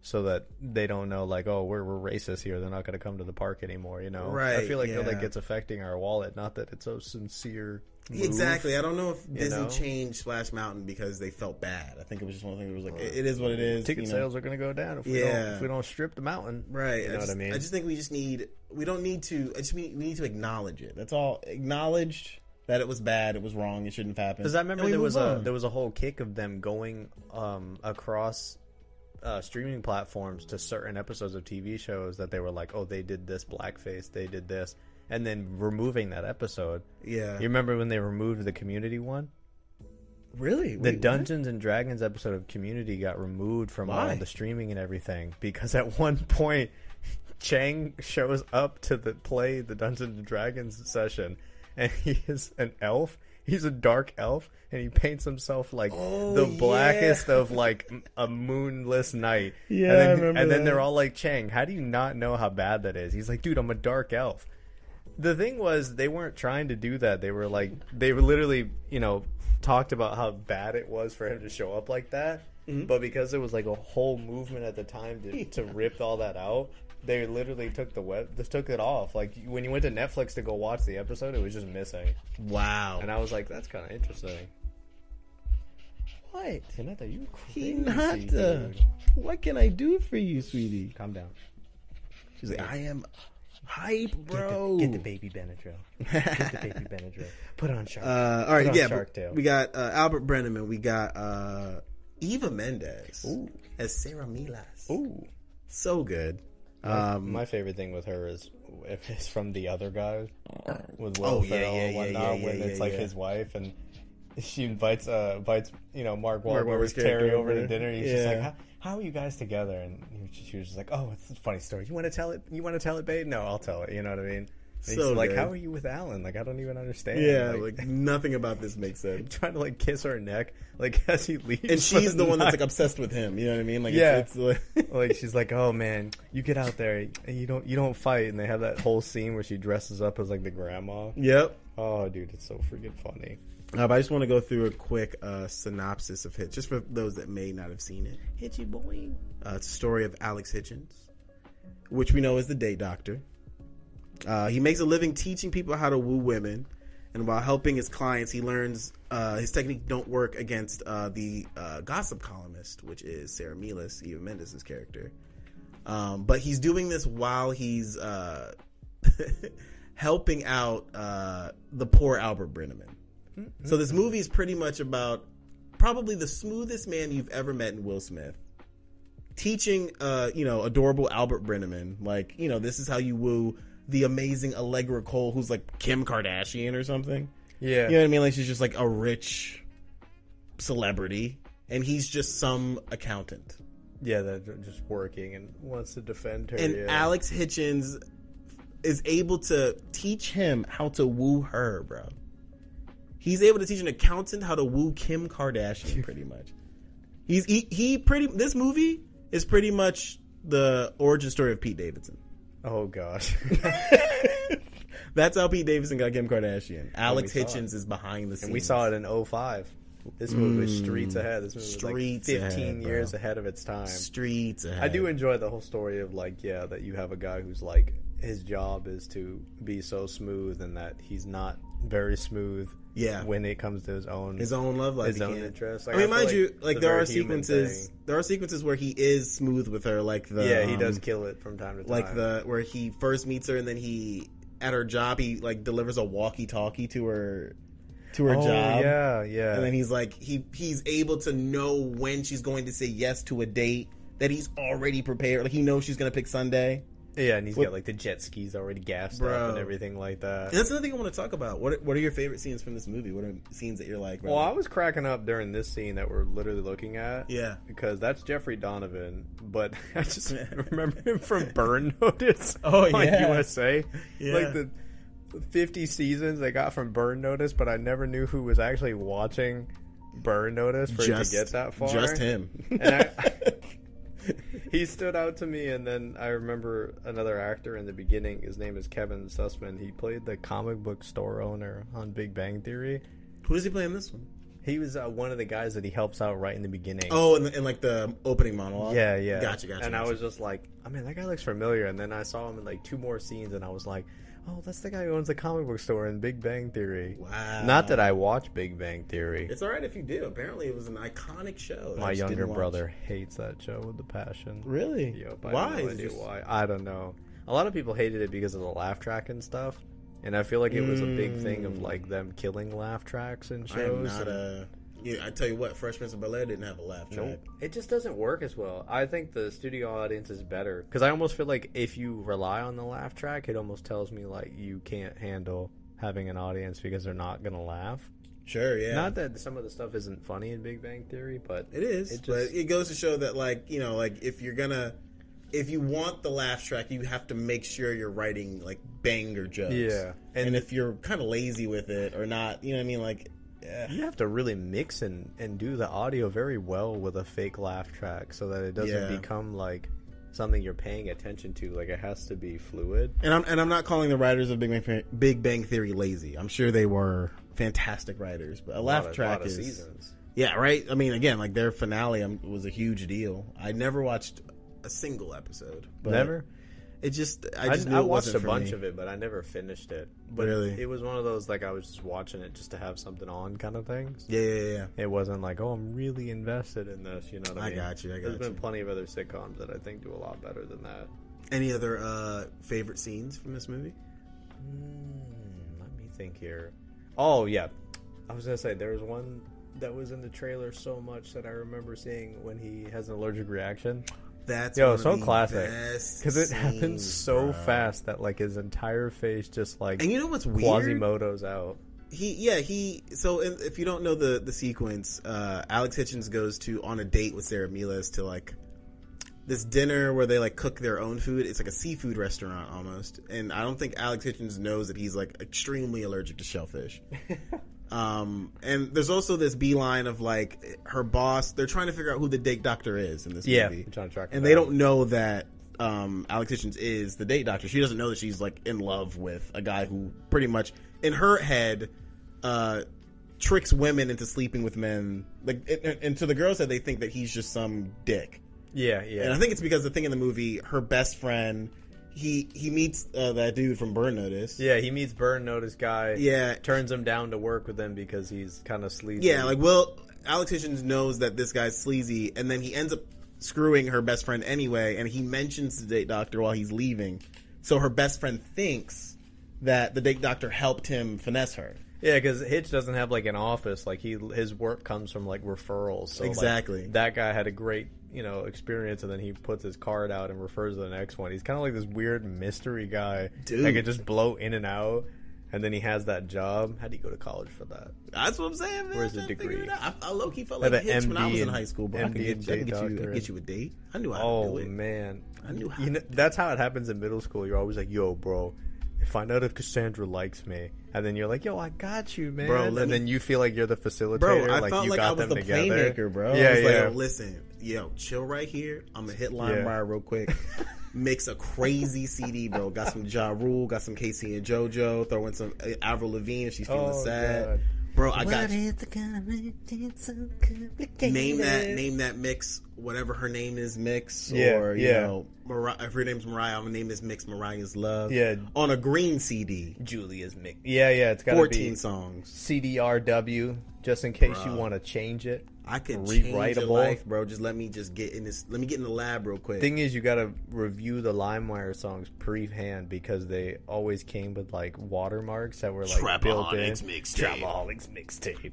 C: so that they don't know like oh we're we're racist here they're not going to come to the park anymore you know
B: Right,
C: i feel like
B: yeah.
C: like it's affecting our wallet not that it's a sincere move.
B: Exactly. I don't know if Disney
C: know?
B: changed Splash Mountain because they felt bad. I think it was just one thing that was like, it- it is what it is.
C: ticket
B: you know?
C: sales are going to go down if we
B: Yeah.
C: don't if we don't strip the mountain
B: Right.
C: you know
B: I just,
C: what i mean
B: I just think we just need we don't need to I just mean we need to acknowledge it. That's all. Acknowledged that it was bad, it was wrong, it shouldn't have happened.
C: Because I remember
B: And we
C: there was
B: move
C: a
B: on.
C: there was a whole kick of them going um, across uh, streaming platforms to certain episodes of TV shows that they were like, oh, they did this blackface, they did this, and then removing that episode.
B: Yeah.
C: You remember when they removed the Community one?
B: really?
C: The
B: Wait,
C: Dungeons and Dragons episode of Community got removed from
B: Why?
C: all the streaming and everything because at one point Chang shows up to the play the Dungeons and Dragons session and he is an elf. He's a dark elf and he paints himself like
B: Oh,
C: the
B: yeah.
C: blackest of like m- a moonless night.
B: Yeah,
C: and then,
B: I remember
C: and then
B: that.
C: they're all like, "Chang, how do you not know how bad that is?" He's like, "Dude, I'm a dark elf." the thing was they weren't trying to do that they were like they were literally you know talked about how bad it was for him to show up like that but because there was like a whole movement at the time to, to rip all that out they literally took the web they took it off like when you went to netflix to go watch the episode it was just missing
B: what? Wow.
C: and i was like that's kind of interesting what hinata you crazy
B: Hinata.
C: dude.
B: uh, What can I do for you, sweetie?
C: calm down
B: She's like, I am hype, bro.
C: baby benadryl get the baby benadryl put on shark
B: Uh, all right,
C: on
B: yeah.
C: Shark
B: but
C: Tale.
B: We got uh, Albert Brenneman. We got uh, Eva Mendes
C: Ooh.
B: as Sarah Milas.
C: Ooh.
B: So good. Um,
C: My favorite thing with her is if it's from the other guy with Will
B: Oh, yeah,
C: Ferrell
B: yeah,
C: and
B: yeah,
C: whatnot,
B: yeah,
C: when
B: yeah,
C: it's
B: yeah,
C: like
B: yeah.
C: his wife and she invites uh invites you know Mark
B: Mark Wahlberg's
C: Wahlberg's Terry
B: character
C: over
B: over.
C: to dinner. He's just like,
B: Yeah.
C: how, how are you guys together? And he was just- she was just like, oh, it's a funny story. You want to tell it? You want to tell it, babe? No, I'll tell it. You know what I mean? And he's
B: So
C: like,
B: good.
C: how are you with Alan? Like, I don't even understand.
B: yeah, like, nothing about this makes sense.
C: trying to like kiss her neck like as he leaves,
B: And she's
C: but
B: the one
C: not-
B: that's like obsessed with him. You know what I mean? Like,
C: Yeah.
B: it's, it's like,
C: like she's like, "Oh man, you get out there and you don't you don't fight." And they have that whole scene where she dresses up as like the grandma.
B: yep.
C: Oh, dude, it's so freaking funny.
B: Uh, but I just want to go through a quick uh, synopsis of Hitch, just for those that may not have seen it.
C: Hitchy boy.
B: Uh, it's a story of Alex Hitchens, which we know is the date doctor. Uh, he makes a living teaching people how to woo women, and while helping his clients, he learns uh, his technique don't work against uh, the uh, gossip columnist, which is Sarah Milas, Eva Mendes' character. Um, but he's doing this while he's uh, helping out uh, the poor Albert Brenneman. So this movie is pretty much about probably the smoothest man you've ever met in Will Smith teaching uh you know adorable albert brenneman like you know this is how you woo the amazing allegra cole who's like kim kardashian or something
C: Yeah.
B: you know what i mean like she's just like a rich celebrity and he's just some accountant
C: Yeah, that just working and wants to defend her.
B: and
C: yeah.
B: alex hitchens is able to teach him how to woo her bro he's able to teach an accountant how to woo kim kardashian pretty much he's he, he pretty this movie is pretty much the origin story of pete davidson
C: oh gosh.
B: That's how Pete Davidson got Kim Kardashian. Alex
C: we saw
B: Hitchens is behind the scenes.
C: we saw it in 05. This movie was streets ahead. This movie was
B: Mm. Streets
C: like
B: ahead,
C: 15
B: bro.
C: years ahead of its time.
B: Streets. uh, Ahead.
C: I do enjoy the whole story of like, yeah, that you have a guy who's like his job is to be so smooth and that he's not very smooth.
B: Yeah.
C: When it comes to his own
B: his own love life.
C: his
B: he
C: own
B: can't-
C: interest.
B: I mean,
C: feel
B: mind you,
C: it's
B: like
C: a
B: there
C: very
B: are
C: human
B: sequences.
C: thing.
B: There are sequences where he is smooth with her, like the
C: Yeah, he does
B: um,
C: kill it from time to time.
B: like the where he first meets her and then he at her job he like delivers a walkie-talkie to her to her
C: oh,
B: job.
C: Yeah, yeah.
B: And then he's like he he's able to know when she's going to say yes to a date that he's already prepared. Like he knows she's going to pick Sunday.
C: yeah, and he's
B: What-
C: got like the jet skis already gassed
B: Bro.
C: up and everything like that.
B: And that's another thing I want to talk about. What are, what are your favorite scenes from this movie? What are scenes that you're like?
C: Well, I was cracking up during this scene that we're literally looking at.
B: yeah.
C: because that's Jeffrey Donovan, but I just remember him from Burn Notice
B: Oh,
C: on
B: yeah.
C: USA.
B: Yeah.
C: Like the 50 seasons they got from Burn Notice, but I never knew who was actually watching Burn Notice for him to get that far.
B: Just him.
C: And I, he stood out to me, and then I remember another actor in the beginning. His name is Kevin Sussman. He played the comic book store owner on Big Bang Theory.
B: Who does he play in this one?
C: He was uh, one of the guys that he helps out right in the beginning.
B: Oh, and, and like the opening monologue.
C: yeah, yeah.
B: Gotcha, gotcha.
C: And I
B: gotcha.
C: was just like, I mean, that guy looks familiar. And then I saw him in like two more scenes, and I was like, oh, that's the guy who owns the comic book store in Big Bang Theory.
B: wow.
C: Not that I watch Big Bang Theory.
B: It's all right if you do. Apparently, it was an iconic show. that I
C: My
B: just
C: younger
B: didn't watch.
C: brother hates that show with a passion.
B: Really?
C: Yep, I
B: Why?
C: Have no
B: Is
C: idea
B: this-
C: why. I don't know. A lot of people hated it because of the laugh track and stuff, and I feel like it was a big thing of like them killing laugh tracks and
B: Hmm. I am
C: shows.
B: not
C: and-
B: a. Yeah, I tell you what, Fresh Prince of Bel Air didn't have a laugh track.
C: Nope. It just doesn't work as well. I think the studio audience is better because I almost feel like if you rely on the laugh track, it almost tells me like you can't handle having an audience because they're not gonna laugh.
B: Sure, yeah.
C: Not that some of the stuff isn't funny in Big Bang Theory, but
B: It is,
C: It
B: but
C: just-
B: it goes to show that, like, you know, like if you're gonna, if you want the laugh track, you have to make sure you're writing like banger jokes.
C: Yeah.
B: and,
C: And-
B: if you're kind of lazy with it or not, you know what I mean, like, eh.
C: you have to really mix and, and do the audio very well with a fake laugh track so that it doesn't
B: Yeah.
C: become like something you're paying attention to. Like it has to be fluid.
B: and I'm and I'm not calling the writers of Big Bang Theory, Big Bang Theory lazy. I'm sure they were fantastic writers, but a laugh
C: Lot of-
B: track
C: lot of
B: is
C: seasons.
B: yeah, right. I mean, again, like their finale um, was a huge deal. I never watched a single episode. but
C: Never.
B: It just I
C: I,
B: just
C: I,
B: knew it
C: watched
B: wasn't
C: a
B: for
C: bunch
B: me.
C: of it, but I never finished it. But
B: Really?
C: it was one of those like I was just watching it just to have something on kind of things.
B: Yeah, yeah, yeah.
C: It wasn't like oh I'm really invested in this. You know what I
B: I
C: mean?
B: got you, I
C: There's
B: got
C: been
B: you.
C: plenty of other sitcoms that I think do a lot better than that.
B: Any other uh, favorite scenes from this movie?
C: Mm, let me think here. Oh yeah, I was gonna say there was one that was in the trailer so much that I remember seeing when he has an allergic reaction.
B: That's
C: Yo,
B: one of
C: so
B: the
C: classic
B: best
C: because it happens
B: scenes,
C: so
B: bro.
C: fast that like his entire face just like
B: And you know what's weird?
C: Quasimodo's out.
B: He, yeah, he. So in, if you don't know the the sequence, uh, Alex Hitchens goes to on a date with Sarah Miles to like this dinner where they like cook their own food. It's like a seafood restaurant almost, and I don't think Alex Hitchens knows that he's like extremely allergic to shellfish. um, and there's also this beeline of like her boss. They're trying to figure out who the date doctor is in this movie.
C: I'm trying to track him
B: and they
C: down.
B: don't know that um, Alex Hitchens is the date doctor. She doesn't know that she's like in love with a guy who pretty much, in her head, uh, tricks women into sleeping with men. Like, and, and- and to the girls that they think that he's just some dick.
C: Yeah, yeah.
B: And I think it's because the thing in the movie, her best friend, he he meets uh, that dude from Burn Notice.
C: Yeah, he meets Burn Notice guy.
B: Yeah.
C: turns him down to work with him because he's kind of sleazy.
B: Yeah, like well, Alex Hitchens knows that this guy's sleazy, and then he ends up screwing her best friend anyway, and he mentions the date doctor while he's leaving. So her best friend thinks that the date doctor helped him finesse her.
C: yeah, because Hitch doesn't have like an office. Like he his work comes from like referrals. So like,
B: Exactly.
C: that guy had a great you know experience, and then he puts his card out and refers to the next one. He's kind of like this weird mystery guy
B: Dude.
C: that could just blow in and out. And then he has that job. How do you go to college for that?
B: That's what I'm saying. Man.
C: Where's the
B: I'm trying to
C: degree?
B: figure it out. I, I low key felt
C: Like
B: like
C: the
B: Hitch when I
C: MD
B: was in
C: and-
B: high school, but I
C: MD
B: can get, I
C: and
B: can
C: J
B: get you, I can
C: doctorate.
B: get you a date. I knew how to
C: Oh
B: do it.
C: man,
B: I knew how
C: You
B: to
C: know, that's how it happens in middle school. You're always like, "Yo, bro, find out if Cassandra likes me," and then you're like, "Yo, I got you, man."
B: Bro,
C: and
B: let me-
C: then you feel like you're the facilitator,
B: Bro, I
C: like
B: felt
C: you
B: like
C: got
B: I was
C: them
B: the
C: together.
B: playmaker, bro.
C: Yeah,
B: I was
C: yeah.
B: like, "Yo, listen, yo, chill right here. I'm gonna hit LimeWire
C: Yeah.
B: real quick. Mix a crazy CD, bro. Got some Ja Rule, got some Casey and JoJo. Throw in some uh, Avril Lavigne if she's feeling
C: Oh,
B: sad,
C: God.
B: bro. I got
D: What
B: you.
D: is the kind of so complicated?
B: Name that name that mix, whatever her name is, mix
C: Yeah,
B: or you
C: yeah.
B: know, Mariah, if her name's Mariah, I'm gonna name this mix Mariah's Love.
C: Yeah.
B: on a green CD,
C: Julia's Mick. Yeah, yeah, it's got to
B: fourteen
C: be
B: songs.
C: CDRW, just in case you
B: Bruh.
C: want to change it.
B: I could change your
C: Rewritable.
B: life, bro. Just let me just get in this. Let me get in the lab real quick.
C: Thing is, you got to review the LimeWire songs pre-hand because they always came with like watermarks that were like built in.
B: Trapaholics mixtape.
C: Trapaholics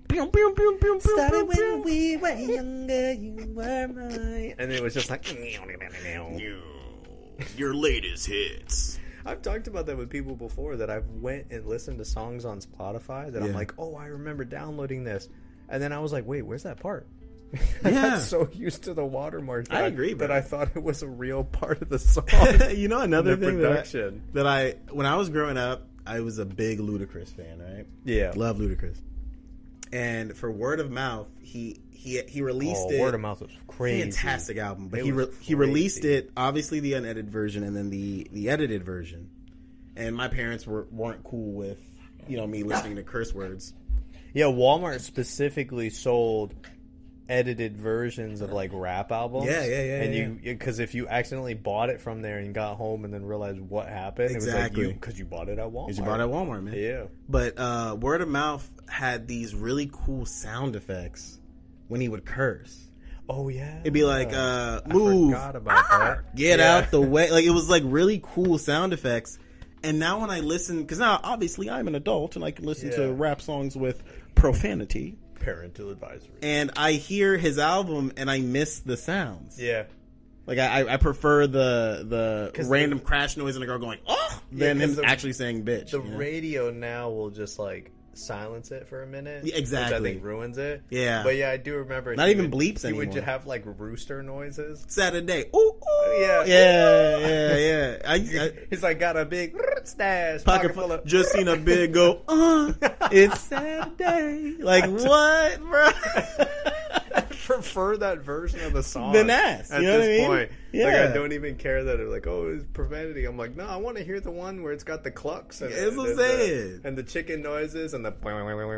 C: mixtape.
D: Started when we were younger, you were mine.
C: and it was just like
B: your latest hits.
C: I've talked about that with people before that I've went and listened to songs on Spotify that I'm
B: Yeah.
C: like, oh, I remember downloading this, and then I was like, wait, where's that part?
B: Yeah.
C: I'm so used to the watermark. that
B: I agree,
C: that
B: bro.
C: I thought it was a real part of the song.
B: you know another
C: The
B: thing that I,
C: production.
B: that I when I was growing up, I was a big Ludacris fan, right?
C: yeah,
B: Love Ludacris. And for word of mouth, he he he released
C: oh,
B: it.
C: word of mouth was crazy.
B: fantastic album. But
C: It
B: he
C: was
B: re- he released
C: crazy.
B: it obviously the unedited version and then the the edited version. And my parents were weren't cool with you know me listening to curse words.
C: Yeah, Walmart specifically sold edited versions of like rap albums.
B: Yeah, yeah, yeah,
C: And
B: yeah,
C: you because if you accidentally bought it from there and got home and then realized what happened, it was
B: Exactly.
C: like you because you bought it at Walmart.
B: Because you bought it at Walmart, man.
C: Yeah.
B: But uh, word of mouth had these really cool sound effects when he would curse.
C: Oh yeah.
B: It'd be like, uh,
C: I
B: move,
C: forgot about that.
B: get
C: Yeah.
B: out the way. Like it was like really cool sound effects. And now when I listen, because now obviously I'm an adult and I can listen
C: Yeah.
B: to rap songs with profanity.
C: parental advisory.
B: And I hear his album and I miss the sounds.
C: Yeah.
B: Like I, I- I prefer the the
C: 'Cause
B: random
C: the-
B: crash noise and a girl going oh than
C: 'cause
B: him
C: the-
B: actually saying bitch.
C: The
B: you know?
C: radio now will just like silence it for a minute.
B: Yeah,
C: Which I
B: exactly.
C: think ruins it.
B: Yeah.
C: But yeah, I do remember.
B: Not
C: he
B: even
C: would-
B: bleeps
C: He would
B: anymore.
C: just have like rooster noises.
B: Saturday. Ooh, ooh.
C: Yeah.
B: yeah, yeah, yeah. I, I
C: He's like got a big stash
B: pocket full of just seen a big go. Uh, it's Saturday. Like what, bro?
C: I prefer that version of the song
B: Than ass,
C: At
B: you know what I
C: this
B: mean?
C: point, like
B: Yeah.
C: I don't even care that it's like oh it's profanity. I'm like no, I want to hear the one where it's got the clucks. And,
B: That's what I'm
C: and the-
B: saying.
C: and the chicken noises and the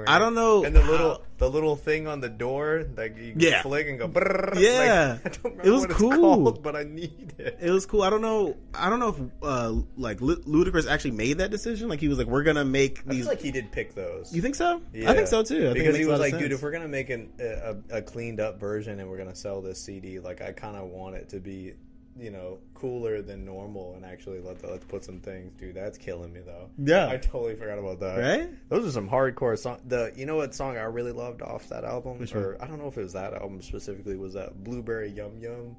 B: I don't know
C: And the
B: how-
C: little the little thing on the door that you
B: Yeah.
C: flick and go. brrrr.
B: Yeah.
C: like, I don't remember
B: It was
C: what
B: cool.
C: It's called, but I need it.
B: it was cool. I don't know. I don't know if uh, like Lu- Ludacris actually made that decision. Like he was like, we're gonna make
C: I
B: these.
C: feel like he did pick those.
B: you think so?
C: Yeah.
B: I think so too. I
C: because
B: think it makes
C: he
B: a
C: was
B: lot of
C: like, dude,
B: sense.
C: if we're gonna make an, a, a cleaned up version and we're gonna sell this CD, like I kind of want it to be, you know, cooler than normal and actually let the, let's put some things. Dude, that's killing me though.
B: Yeah.
C: I totally forgot about that.
B: Right?
C: Those are some hardcore songs. The you know what song I really loved off that album,
B: Which
C: or I don't know if it was that album specifically, was that Blueberry Yum Yum.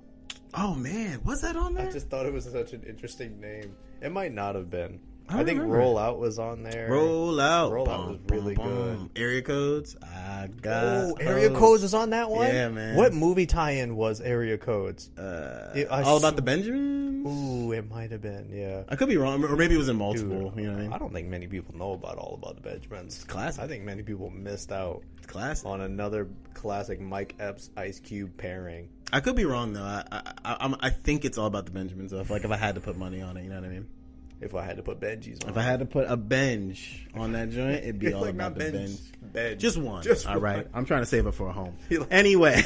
B: oh man, was that on
C: I
B: there?
C: just thought it was such an interesting name. It might not have been.
B: I don't
C: I, think
B: remember.
C: Roll Out was on there.
B: Roll out.
C: Roll Out was really
B: good. Area codes. I got.
C: Oh, Area Codes was on that one.
B: Uh, Yeah, man.
C: What movie tie-in was Area Codes?
B: Uh,
C: Yeah, I
B: all
C: sw-
B: about the Benjamins.
C: Ooh, it might have been. Yeah.
B: I could be wrong, or maybe it was in
C: Dude,
B: multiple. you know what I mean?
C: I don't think many people know about All About the Benjamins. It's
B: classic.
C: I think many people missed out
B: It's classic.
C: on another classic Mike Epps Ice Cube pairing.
B: I could be wrong though. I I, I, I'm, I think it's all about the Benjamins. Though, if, like if I had to put money on it, you know what I mean?
C: If I had to put Benji's on,
B: If I had to put a bench on that joint, it'd be all
C: like
B: about
C: not
B: the
C: Benj,
B: bench.
C: Benj.
B: Just one.
C: Just
B: all right. I'm trying to save it for a home.
C: He like-
B: Anyway,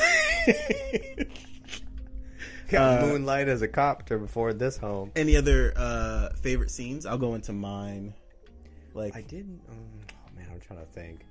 B: Uh,
C: Got Moonlight as a copter before this home.
B: any other uh, favorite scenes? I'll go into mine. Like
C: I didn't. Um, oh man, I'm trying to think.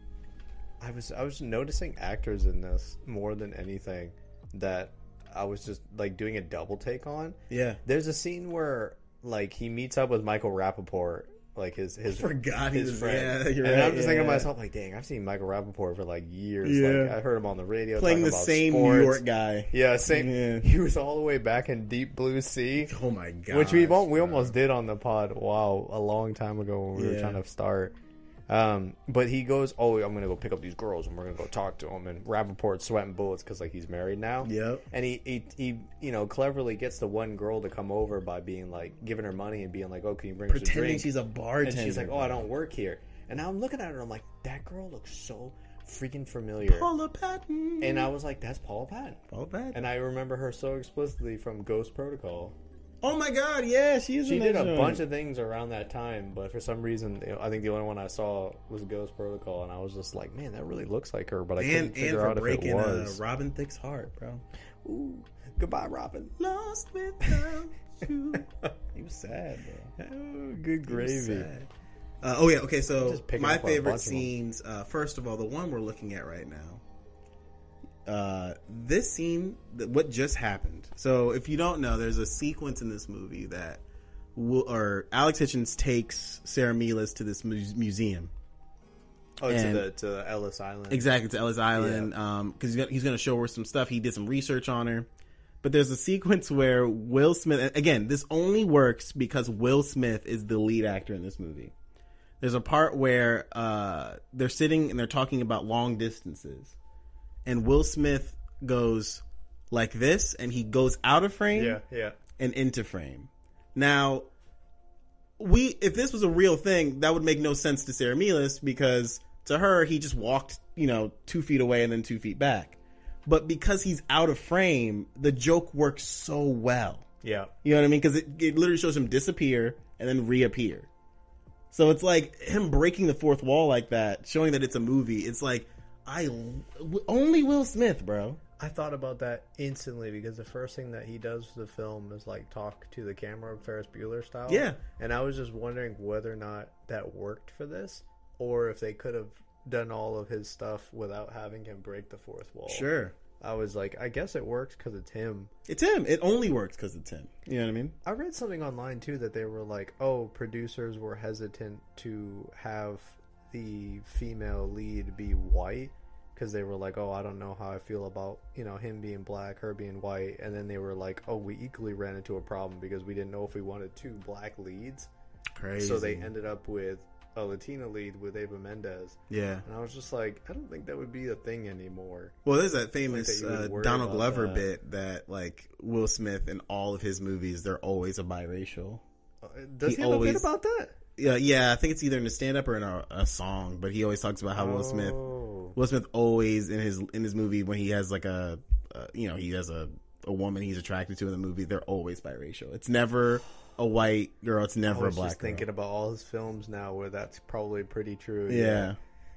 C: I was I was noticing actors in this more than anything that I was just like doing a double take on.
B: yeah.
C: There's a scene where like he meets up with Michael Rappaport, like his his
B: Forgot he
C: his
B: was-
C: friend.
B: yeah, you're
C: and
B: right,
C: I'm just thinking to
B: yeah.
C: myself, like, dang, I've seen Michael Rappaport for like years. Like
B: Yeah.
C: I heard him on the radio
B: Playing
C: talking
B: the
C: about
B: same
C: sports.
B: New York guy.
C: Yeah, same.
B: Yeah.
C: He was all the way back in Deep Blue Sea.
B: Oh my god.
C: Which we won't, we almost did on the pod. Wow, a long time ago when we were
B: Yeah.
C: trying to start. Um, but he goes, "Oh, I'm gonna go pick up these girls, and we're gonna go talk to them." And Rappaport's sweating bullets because like he's married now.
B: Yep.
C: And he, he he you know cleverly gets the one girl to come over by being like giving her money and being like, "Oh, can you bring us a
B: pretending
C: drink?"
B: she's a bartender.
C: and she's like, "Oh, I don't work here." And I'm looking at her, I'm like, "That girl looks so freaking familiar."
B: Paula Patton.
C: And I was like, "That's Paula Patton."
B: Paula Patton.
C: And I remember her so explicitly from Ghost Protocol.
B: oh my god, yeah, she is.
C: She
B: in
C: did
B: that
C: a
B: joint.
C: bunch of things around that time, but for some reason, you know, I think the only one I saw was Ghost Protocol, and I was just like, "Man, that really looks like her," but I couldn't
B: and and
C: figure
B: for
C: out if it
B: breaking uh,
C: was.
B: Robin Thicke's heart, bro.
C: Ooh, goodbye, Robin.
B: Lost without you. He was sad, bro.
C: Oh, good
B: He was
C: gravy.
B: sad. Uh, oh yeah, okay. So
C: Just picking
B: my
C: up on a
B: favorite
C: bunch of 'em.
B: scenes. Uh, first of all, the one we're looking at right now. Uh, this scene, th- what just happened. So if you don't know, there's a sequence in this movie that, will, or Alex Hitchens takes Sarah Milas to this mu- museum.
C: Oh, to
B: And-
C: the to the Ellis Island.
B: Exactly to Ellis Island because he's gonna, he's going to show her some stuff. He did some research on her, but there's a sequence where Will Smith and again. This only works because Will Smith is the lead actor in this movie. There's a part where uh, they're sitting and they're talking about long distances, and Will Smith goes like this, and he goes out of frame
C: Yeah, yeah.
B: and into frame. Now, we if this was a real thing, that would make no sense to Sarah Milas because to her he just walked, you know, two feet away and then two feet back. But because he's out of frame, the joke works so well.
C: Yeah.
B: You know what I mean? Because it, it literally shows him disappear and then reappear. So it's like him breaking the fourth wall like that, showing that it's a movie. It's like I only Will Smith, bro.
C: I thought about that instantly because the first thing that he does for the film is like talk to the camera Ferris Bueller style.
B: Yeah.
C: And I was just wondering whether or not that worked for this or if they could have done all of his stuff without having him break the fourth wall.
B: Sure,
C: I was like, I guess it works because it's him.
B: it's him. It only works because it's him. You know what I mean?
C: I read something online too that they were like, oh, producers were hesitant to have the female lead be white because they were like, oh, I don't know how I feel about you know him being black, her being white, and then they were like, oh, we equally ran into a problem because we didn't know if we wanted two black leads,
B: Crazy.
C: so they ended up with a Latina lead with Ava Mendez,
B: yeah.
C: and I was just like, I don't think that would be a thing anymore.
B: Well, there's that
C: Like
B: famous
C: that you would
B: uh,
C: worry
B: Donald
C: about
B: Glover
C: that.
B: bit that like Will Smith in all of his movies, they're always a biracial.
C: Uh, Does
B: He
C: he, have a bit
B: always-
C: about that?
B: Yeah, yeah. I think it's either in a stand up or in a, a song, but he always talks about how Will Smith
C: Oh.
B: Will Smith always in his in his movie when he has like a uh, you know he has a a woman he's attracted to in the movie they're always biracial. It's never a white girl. It's
C: I
B: never a
C: was
B: black
C: just thinking
B: girl.
C: about all his films now, where that's probably pretty true.
B: yeah.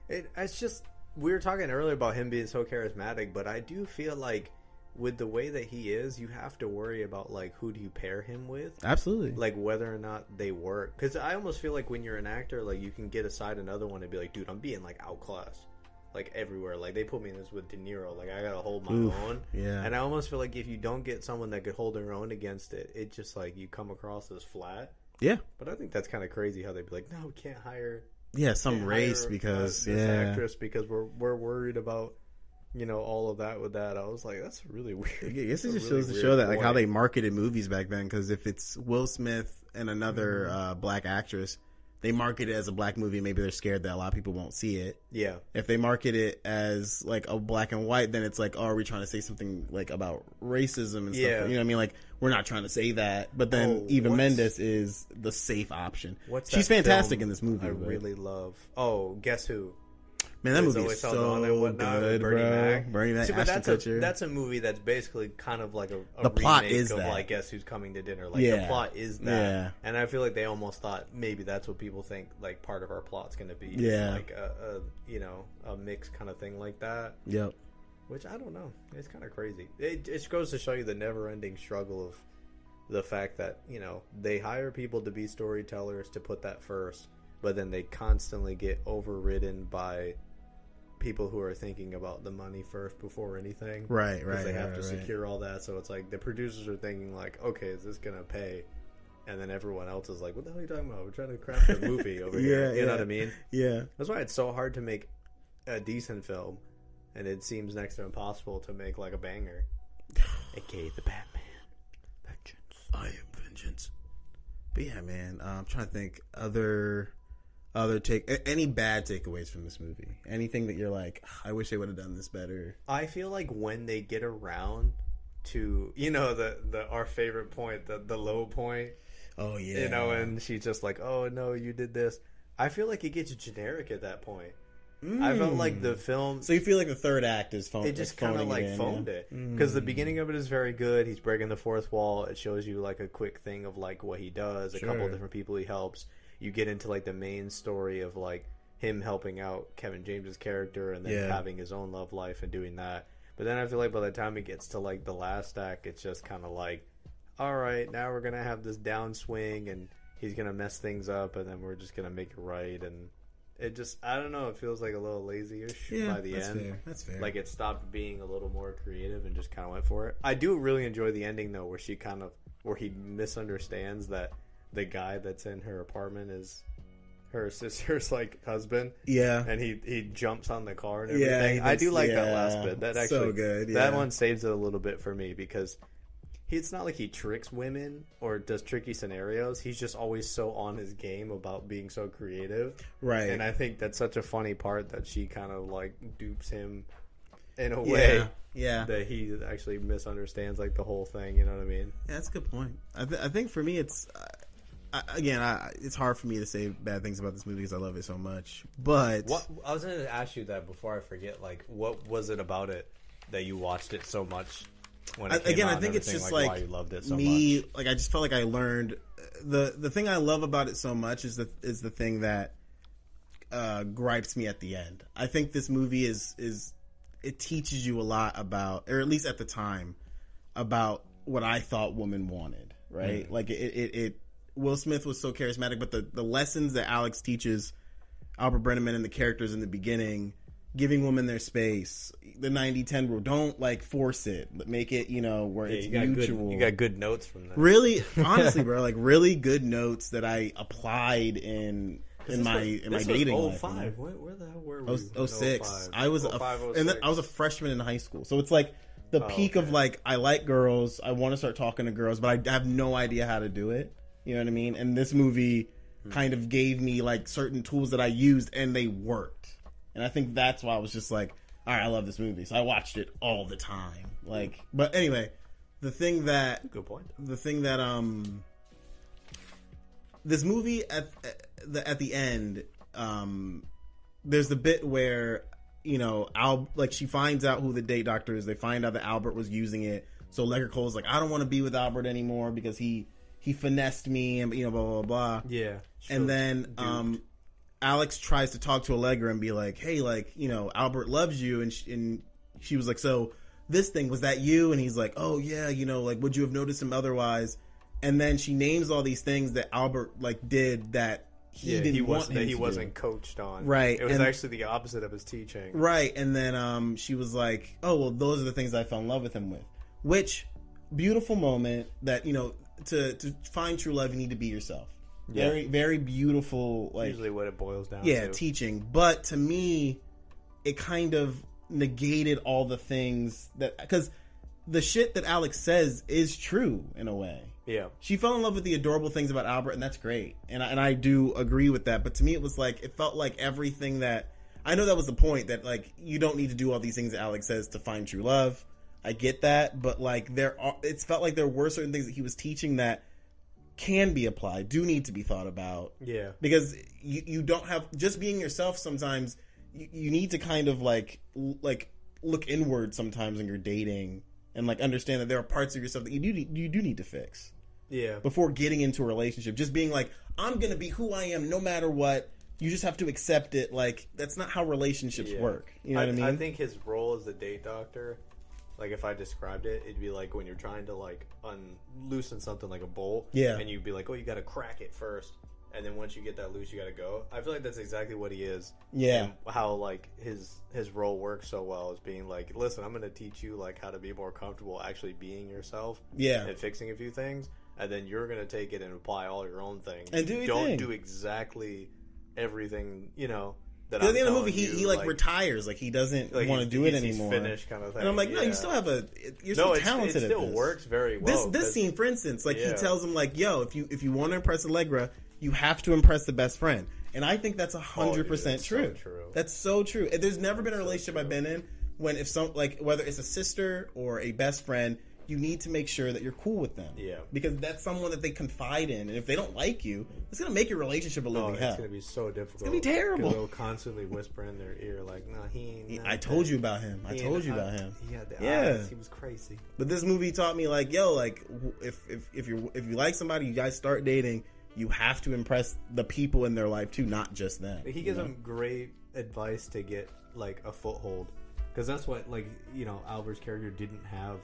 C: It, it's just we were talking earlier about him being so charismatic, but I do feel like with the way that he is, you have to worry about like who do you pair him with,
B: absolutely.
C: like whether or not they work. Because I almost feel like when you're an actor, like you can get aside another one and be like, dude, I'm being like outclassed, like everywhere. Like they put me in this with De Niro, like I gotta hold my
B: Oof,
C: own.
B: yeah.
C: And I almost feel like if you don't get someone that could hold their own against it, it just like you come across as flat.
B: yeah,
C: But I think that's kind of crazy how they'd be like, no, we can't hire
B: yeah. Some
C: can't
B: race
C: hire,
B: because
C: uh,
B: yeah,
C: this actress because we're we're worried about you know all of that with that. I was like, that's really
B: I guess
C: weird.
B: it
C: That's a
B: just
C: really
B: shows to
C: weird
B: show that like how
C: point.
B: they marketed movies back then. Because if it's Will Smith and another
C: Mm-hmm.
B: uh, black actress, they market it as a black movie. Maybe they're scared that a lot of people won't see it.
C: yeah
B: If they market it as like a black and white, then it's like, oh, are we trying to say something like about racism and
C: Yeah.
B: stuff? You know what I mean? Like we're not trying to say that. But then
C: Oh,
B: Eva
C: what's-
B: Mendes is the safe option.
C: what's
B: She's
C: that
B: fantastic
C: film
B: in this movie.
C: I
B: but-
C: really love. Oh, guess who?
B: man, that
C: It's
B: movie is
C: always held on and
B: so
C: whatnot with
B: good,
C: Bernie
B: bro.
C: Mac.
B: Bernie Mac,
C: See, but
B: Ashton
C: that's
B: Kutcher.
C: a that's a movie that's basically kind of like a, a
B: The plot
C: remake
B: is
C: of
B: that.
C: like guess who's coming to dinner. Like the
B: Yeah.
C: plot is that,
B: Yeah.
C: and I feel like they almost thought maybe that's what people think like part of our plot's going to be. is,
B: Yeah.
C: like a, a you know a mix kind of thing like that.
B: yep.
C: Which I don't know. It's kind of crazy. It it just goes to show you the never-ending struggle of the fact that you know they hire people to be storytellers to put that first, but then they constantly get overridden by people who are thinking about the money first before anything.
B: Right.
C: 'Cause
B: Right.
C: They have
B: right,
C: to
B: right.
C: secure all that, so it's like the producers are thinking like, okay, is this gonna pay? And then everyone else is like, what the hell are you talking about? We're trying to craft a movie over here.
B: Yeah,
C: You know
B: yeah.
C: what I mean?
B: Yeah.
C: That's why it's so hard to make a decent film, and it seems next to impossible to make like a banger. AKA the Batman.
B: I am vengeance. But yeah, man, uh, I'm trying to think other other take a- any bad takeaways from this movie. Anything that you're like, "Ah, I wish they would have done this better.
C: I feel like when they get around to you know the the our favorite point the the low point
B: Oh yeah,
C: you know and she's just like oh no you did this I feel like it gets generic at that point I felt like the film
B: Mm. so you feel like the third act is phoned.
C: it just kind of like phoned it because
B: Mm.
C: the beginning of it is very good he's breaking the fourth wall it shows you like a quick thing of like what he does a couple
B: Sure.
C: of different people he helps you get into like the main story of like him helping out kevin james's character and then
B: Yeah.
C: having his own love life and doing that but then i feel like by the time it gets to like the last act it's just kind of like all right now we're gonna have this downswing and he's gonna mess things up and then we're just gonna make it right and it just i don't know it feels like a little lazy-ish
B: Yeah,
C: by the
B: that's
C: end
B: fair. That's fair.
C: like it stopped being a little more creative and just kind of went for it. I do really enjoy the ending though, where she kind of where he misunderstands that the guy that's in her apartment is her sister's like husband,
B: yeah,
C: and he he jumps on the car and
B: Yeah,
C: everything.
B: he
C: I do
B: thinks-
C: like that
B: yeah,
C: last bit. That
B: so
C: actually
B: good,
C: That
B: yeah.
C: one saves it a little bit for me because. he- It's not like he tricks women or does tricky scenarios. He's just always so on his game about being so creative.
B: right.
C: And I think that's such a funny part that she kind of like dupes him in a
B: yeah,
C: way
B: yeah.
C: that he actually misunderstands like the whole thing. You know what I mean?
B: Yeah, that's a good point. I, th- I think for me, it's uh, I, again, I, it's hard for me to say bad things about this movie because I love it so much. But
C: What I was gonna ask you that before I forget. Like, what was it about it that you watched it so much? When
B: I, again, I
C: out and
B: think it's
C: everything,
B: just like,
C: why you loved it so
B: me.
C: much.
B: Like I just felt like I learned the the thing I love about it so much is the is the thing that uh, gripes me at the end. I think this movie is is it teaches you a lot about, or at least at the time, about what I thought women wanted. Right?
C: Mm.
B: Like it, it, it. Will Smith was so charismatic, but the the lessons that Alex teaches Albert Brenneman and the characters in the beginning, giving women their space, the 90-10 rule. Don't like force it. Make it you know where
C: Yeah,
B: it's
C: you got
B: mutual
C: good. You got good notes from that.
B: really honestly bro like really good notes that i applied in in my in my dating life you know?
C: oh five. Where, where the hell were we? Oh
B: I was- 06 Oh, i was a f- and then i was a freshman in high school so it's like the peak of
C: Oh, okay.
B: like i like girls i want to start talking to girls but i have no idea how to do it you know what i mean and this movie
C: Hmm.
B: kind of gave me like certain tools that i used and they worked and i think that's why i was just like all right i love this movie so i watched it all the time like but anyway the thing that
C: good point.
B: the thing that um this movie at at the at the end um there's the bit where you know Al like she finds out who the date doctor is they find out that Albert was using it so Ledger Cole's like I don't want to be with Albert anymore because he he finessed me and you know blah blah blah
C: Yeah,
B: and then um, Alex tries to talk to Allegra and be like, "Hey, like you know, Albert loves you," and she, and she was like, "So this thing was that you?" And he's like, "Oh yeah, you know, like would you have noticed him otherwise?" And then she names all these things that Albert like did that he
C: yeah,
B: didn't
C: he
B: want
C: wasn't.
B: him
C: That he
B: to do.
C: wasn't coached on.
B: Right,
C: It was
B: and-
C: actually the opposite of his teaching.
B: Right, and then um, she was like, "Oh well, those are the things I fell in love with him with," which beautiful moment that you know to to find true love you need to be yourself.
C: Yeah.
B: Very very beautiful like
C: Usually, what it boils down
B: yeah
C: to.
B: teaching but to me it kind of negated all the things that because the shit that alex says is true in a way
C: yeah,
B: she fell in love with the adorable things about albert and that's great and I, and I do agree with that but to me it was like it felt like everything that i know that was the point that like you don't need to do all these things that alex says to find true love i get that but like there are it's felt like there were certain things that he was teaching that can be applied do need to be thought about
C: yeah.
B: because you, you don't have just being yourself sometimes you, you need to kind of like l- like look inward sometimes when you're dating and like understand that there are parts of yourself that you do need- you do need to fix
C: Yeah,
B: before getting into a relationship just being like i'm gonna be who i am no matter what you just have to accept it like that's not how relationships
C: Yeah.
B: work you know
C: I,
B: what i mean
C: I think his role as the date doctor, like if I described it, it'd be like when you're trying to like unloosen something like a bolt.
B: Yeah.
C: And you'd be like, oh, you got to crack it first, and then once you get that loose, you got to go. I feel like that's exactly what he is.
B: Yeah.
C: And how like his his role works so well is being like, listen, I'm going to teach you like how to be more comfortable actually being yourself.
B: Yeah.
C: And fixing a few things. And then you're gonna take it and apply all your own things.
B: And do your
C: don't
B: thing.
C: do exactly everything you know that.
B: at
C: I'm
B: the end of the movie
C: telling
B: he,
C: you,
B: he like,
C: like
B: retires like he doesn't
C: like,
B: want to
C: he's-
B: do it
C: he's- he's
B: anymore
C: Finished kind of thing.
B: and i'm like no
C: yeah.
B: you still have a you're
C: no,
B: still
C: it's-
B: talented
C: It
B: at
C: still
B: this.
C: works very well.
B: this this
C: That's-
B: scene, for instance, like he
C: Yeah.
B: tells him like, "Yo, if you if you want to impress Allegra, you have to impress the best friend." And I think that's a hundred percent
C: Oh, that's so
B: true.
C: true.
B: That's so true. And There's never been a relationship I've been in when if some like whether it's a sister or a best friend, you need to make sure that you're cool with them.
C: Yeah.
B: because that's someone that they confide in, and if they don't like you, it's gonna make your relationship a
C: Oh,
B: living
C: it's
B: hell.
C: gonna be so difficult. It's
B: gonna be terrible.
C: They'll constantly whisper in their ear like, "No, he ain't." not
B: I told
C: that.
B: you about him. I
C: He
B: told
C: ain't-
B: you
C: I-
B: about him.
C: He had the
B: Yeah.
C: eyes. He was crazy.
B: But this movie taught me like, yo, like w- if if if you if you like somebody, you guys start dating. You have to impress the people in their life too, not just them.
C: He
B: you
C: gives
B: know?
C: him great advice to get like a foothold because that's what like you know Albert's character didn't have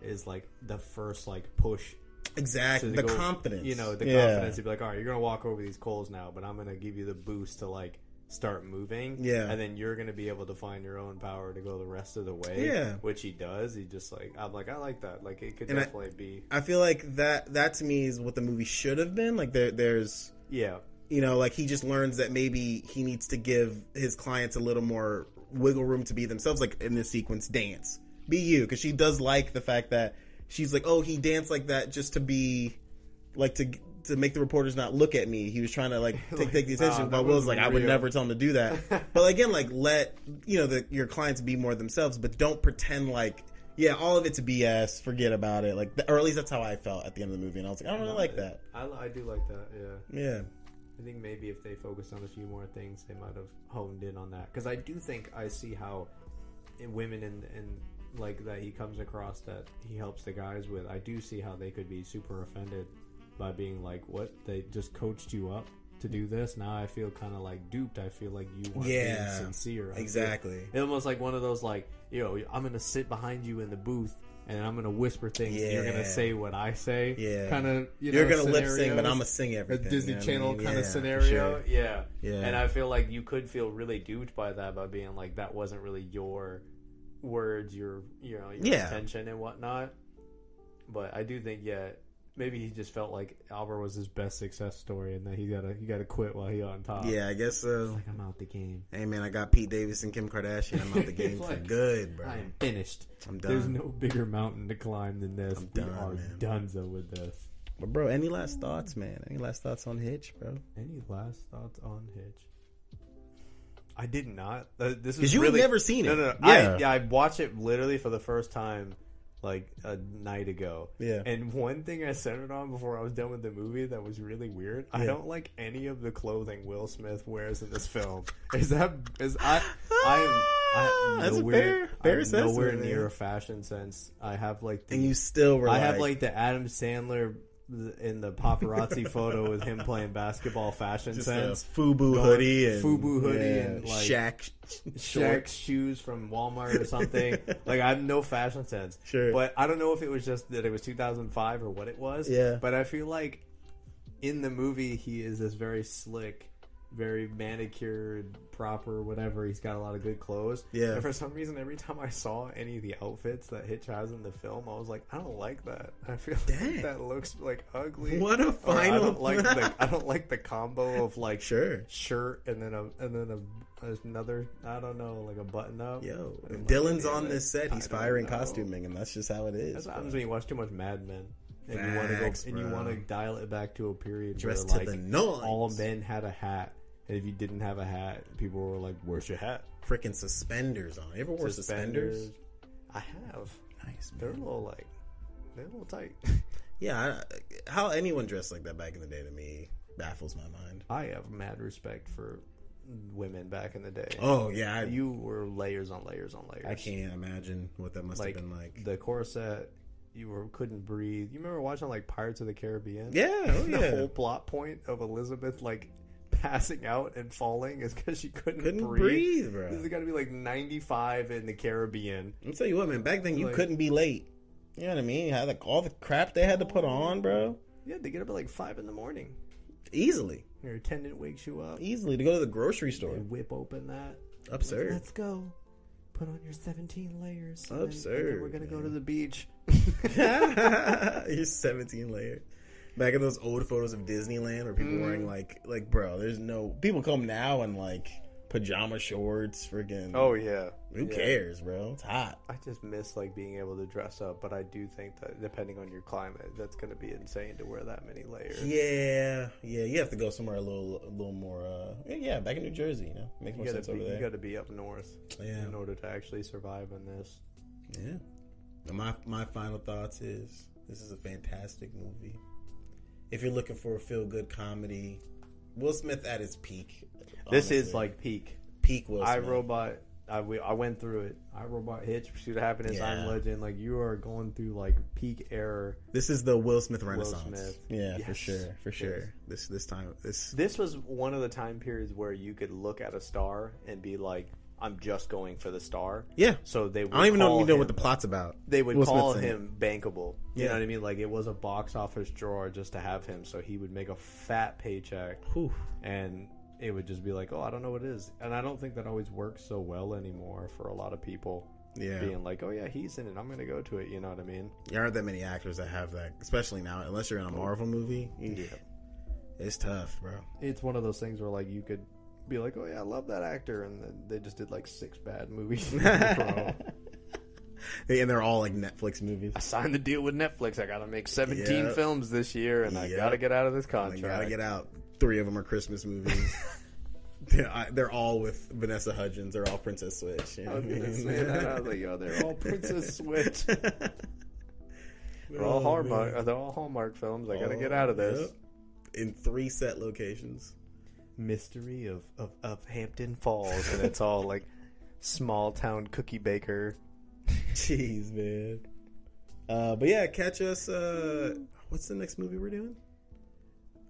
C: is like the first like push
B: exactly
C: to
B: the
C: go-
B: confidence.
C: You know, the
B: Yeah.
C: confidence to be like, all right, you're gonna walk over these coals now, but I'm gonna give you the boost to like start moving.
B: Yeah.
C: and then you're gonna be able to find your own power to go the rest of the way.
B: Yeah.
C: which he does. He just like I'm like I like that. Like it could
B: And I-
C: definitely be.
B: I feel like that that to me is what the movie should have been. Like there there's
C: Yeah,
B: you know like he just learns that maybe he needs to give his clients a little more wiggle room to be themselves like in this sequence dance be you because she does like the fact that she's like oh he danced like that just to be like to to make the reporters not look at me he was trying to like take, take the
C: nah,
B: attention
C: that
B: but will's like
C: wasn't
B: i would
C: real."
B: never tell him to do that but again like let you know the, your clients be more themselves but don't pretend like yeah all of it's bs forget about it like or at least that's how i felt at the end of the movie and i was like i don't really like that
C: I, I do like that. Yeah,
B: yeah
C: I think maybe if they focused on a few more things, they might have honed in on that. Because I do think I see how
E: eh,
C: in women and and like that he comes across that he helps the guys with. I do see how they could be super offended
E: by being like, "What? They just coached you up to do this." Now I feel kind of like duped. I feel like you weren't
B: Yeah,
E: being sincere. I feel-
B: Exactly.
E: It's almost like one of those like, "Yo, I'm gonna sit behind you in the booth." And I'm gonna whisper things. and You're
B: Yeah.
E: gonna say what I say.
B: Yeah.
E: Kind of. You
B: You are
E: know,
B: gonna lip sync, but
E: scenarios.
B: I'm gonna sing
E: a
B: everything.
E: Disney
B: you know what I
E: Channel
B: mean?
E: kind
B: Yeah,
E: of
B: for
E: scenario.
B: sure.
E: Yeah.
B: Yeah.
E: And I feel like you could feel really duped by that by being like that wasn't really your words, your you know, your
B: Yeah.
E: intention and whatnot. But I do think yeah, maybe he just felt like Albert was his best success story and that he gotta he gotta quit while he on top.
B: Yeah, I guess so.
E: Like I'm out the game.
B: Hey man, I got Pete Davis and Kim Kardashian. I'm out the game for
E: Like,
B: good, bro.
E: I am finished.
B: I'm
E: There's
B: done.
E: no bigger mountain to climb than this.
B: I'm
E: we
B: done,
E: are
B: man.
E: donezo with this.
B: But bro, any last thoughts, man? Any last thoughts on Hitch, bro?
E: Any last thoughts on Hitch? I did not. Uh,
C: this is
B: 'Cause you had
C: really,
B: never seen
C: No,
B: it.
C: no, no.
B: Yeah.
C: I, yeah, I watched it literally for the first time like a night ago.
B: Yeah.
C: And one thing I centered on before I was done with the movie that was really weird. I don't like any of the clothing Will Smith wears in this film. Is that is I I am I am
B: That's a
C: nowhere,
B: fair- fair
C: I'm
B: assessment,
C: nowhere
B: man.
C: near a fashion sense. I have like the
B: And you still were.
C: I have like the Adam Sandler in the paparazzi photo with him playing basketball fashion
B: just
C: sense.
B: a FUBU
C: Going-
B: hoodie and
C: FUBU hoodie and, like,
B: Shaq
C: Shaq's
B: shorts.
C: shoes from Walmart or something. like I have no fashion sense.
B: Sure.
C: But I don't know if it was just that it was 2005 or what it was.
B: Yeah.
C: But I feel like in the movie he is this very slick, very manicured, proper, whatever. He's got a lot of good clothes.
B: Yeah.
C: And for some reason, every time I saw any of the outfits that Hitch has in the film, I was like, I don't like that. I feel
B: Dang.
C: like that looks like ugly.
B: What a
C: Or Oh, I
B: final-
C: don't like the I don't like the combo of like
B: Sure.
C: shirt and then a and then a another I don't know like a button up.
B: Yo,
C: I'm
B: if
C: like,
B: Dylan's
C: damn
B: on
C: it.
B: this set,
C: I
B: he's
C: don't
B: firing
C: know.
B: costuming, and that's just how it is.
C: That's what
B: bro.
C: happens when you watch too much Mad Men. And you want to go
B: Facts,
C: and you
B: bro.
C: want to dial it back to a period
B: Dress to
C: where like
B: the nines.
C: all men had a hat, and if you didn't have a hat, people were like, "Where's your hat?"
B: Freaking suspenders on. You ever wore suspenders?
C: I have.
B: Nice.
C: They're a little like they're a little tight.
B: Yeah, I, how anyone dressed like that back in the day to me baffles my mind.
C: I have mad respect for women back in the day.
B: Oh yeah, I,
C: you were layers on layers on layers.
B: I can't imagine what that must
C: like,
B: have been like.
C: the corset you were couldn't breathe you remember watching like pirates of the caribbean
B: yeah, oh
C: the
B: yeah.
C: whole plot point of elizabeth like passing out and falling is because she couldn't,
B: couldn't
C: breathe,
B: breathe, bro.
C: this is got to be like 95 in the caribbean
B: I'll tell you what, man. Back then, you
C: Like-
B: couldn't be late. You know what I mean? Had like all the crap they had to put on, bro.
C: you had to get up at like 5 in the morning
B: Easily,
C: your attendant wakes you up
B: easily to go to the grocery store.
C: they whip open that
B: Absurd.
C: let's go put on your 17 layers and then- and then
B: Absurd,
C: we're gonna go
B: man.
C: to the beach
B: You're 17 layer. Back in those old photos of Disneyland where people
C: Mm.
B: wearing like like bro, there's no people come now in like pajama shorts, freaking.
C: Oh, yeah
B: who cares, bro? It's hot.
C: I just miss like being able to dress up, but I do think that depending on your climate, that's going to be insane to wear that many layers.
B: Yeah, yeah. You have to go somewhere a little a little more. uh yeah, Yeah, back in New Jersey, you know, makes
C: You
B: more
C: gotta,
B: sense
C: be,
B: over
C: you
B: there.
C: gotta be up north
B: Yeah.
C: in order to actually survive in this.
B: Yeah. And my my final thoughts is this is a fantastic movie. If you're looking for a feel good comedy, Will Smith at his peak.
C: This is
B: honestly.
C: like peak.
B: peak Will Smith.
C: I Robot. I, we, I went through it. I Robot Hitch, Pursuit of Happiness,
B: Yeah.
C: I'm Legend. Like you are going through like peak error.
B: This is the Will Smith Renaissance.
C: Smith.
B: Yeah, for
C: Yes.
B: sure, for sure.
C: Yes.
B: This this time this
C: This was one of the time periods where you could look at a star and be like, "I'm just going for the star."
B: yeah.
C: So they. Would
B: I don't even know,
C: call
B: you know what
C: him-
B: the plot's about.
C: they would
B: Will
C: call
B: Smith's in
C: him bankable. You
B: Yeah.
C: know what I mean? Like it was a box office drawer just to have him, so he would make a fat paycheck,
B: it. Whew.
C: and it would just be like, oh, I don't know what it is, and I don't think that always works so well anymore for a lot of people.
B: Yeah.
C: Being like, oh yeah, he's in it. I'm gonna go to it. You know what I mean?
B: There aren't that many actors that have that, especially now. Unless you're in a
C: Oh.
B: Marvel movie, Eesh. it's tough, bro.
C: It's one of those things where like you could be like, oh yeah, I love that actor, and then they just did like six bad movies. in a row.
B: They- And they're all like Netflix movies.
C: I signed the deal with Netflix. I gotta make 17
B: Yep.
C: films this year, and I
B: Yep.
C: gotta get out of this
B: They
C: contract.
B: gotta get out. Three of them are Christmas movies. they're, I, they're all with Vanessa Hudgens. They're all Princess Switch. You know
C: I was
B: what I
C: gonna
B: mean?
C: say that. I was like, yo, they're all Princess Switch. They're all Hallmark. They're all Hallmark films. I gotta get out of this.
B: Yep. In three set locations.
C: Mystery of, of of Hampton Falls, and it's all like small town cookie baker.
B: Jeez, man. Uh, but yeah, catch us. Uh, what's the next movie we're doing?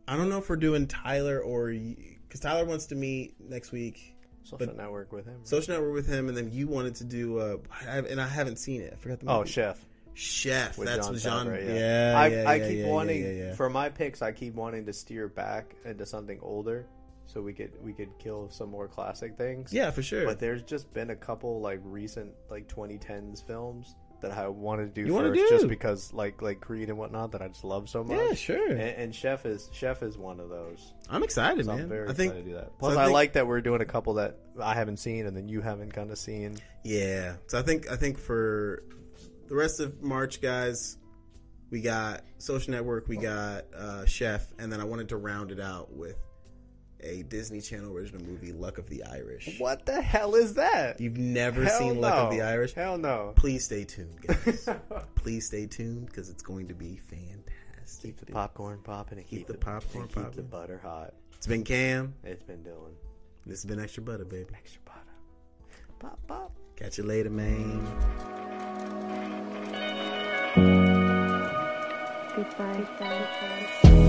B: I don't know if we're doing Tyler or because Tyler wants to meet next week.
F: Social
B: But-
F: network with him.
B: Social Network with him, and then you wanted to do. Uh, I, have- and I haven't seen it. I forgot the movie.
F: oh, chef.
B: Chef.
F: With
B: that's
F: John
B: what John.
F: Favreau,
B: yeah.
F: I,
B: yeah,
F: I
B: yeah,
F: keep
B: yeah,
F: wanting
B: yeah, yeah.
F: for my picks. I keep wanting to steer back into something older, so we could we could kill some more classic things.
B: Yeah, for sure.
F: But there's just been a couple like recent like 2010s films that I want to do
B: You wanna
F: first, just
B: do.
F: because like like Creed and whatnot that I just love so much.
B: yeah, sure.
F: And, and Chef is Chef is one of those.
B: I'm excited,
F: So
B: man.
F: I'm very
B: I think.
F: excited to do that. Plus,
B: I
F: I,
B: think-
F: like that we're doing a couple that I haven't seen and then you haven't kind of seen.
B: Yeah. So I think I think for the rest of March, guys, we got Social Network, we got uh, Chef, and then I wanted to round it out with a Disney Channel original movie, Luck of the Irish.
F: What the hell is that?
B: You've never
F: Hell
B: seen Luck of
F: no.
B: the Irish?
F: Hell no.
B: Please stay tuned, guys. Please stay tuned because it's going to be fantastic.
F: Keep the popcorn popping and keep,
B: the
F: it-
B: popcorn
F: and keep the
B: popping.
F: butter hot.
B: It's been Cam.
F: It's been Dylan.
B: This has been Extra Butter, baby.
F: Extra butter. Pop pop.
B: Catch you later, man.
G: Goodbye. Goodbye.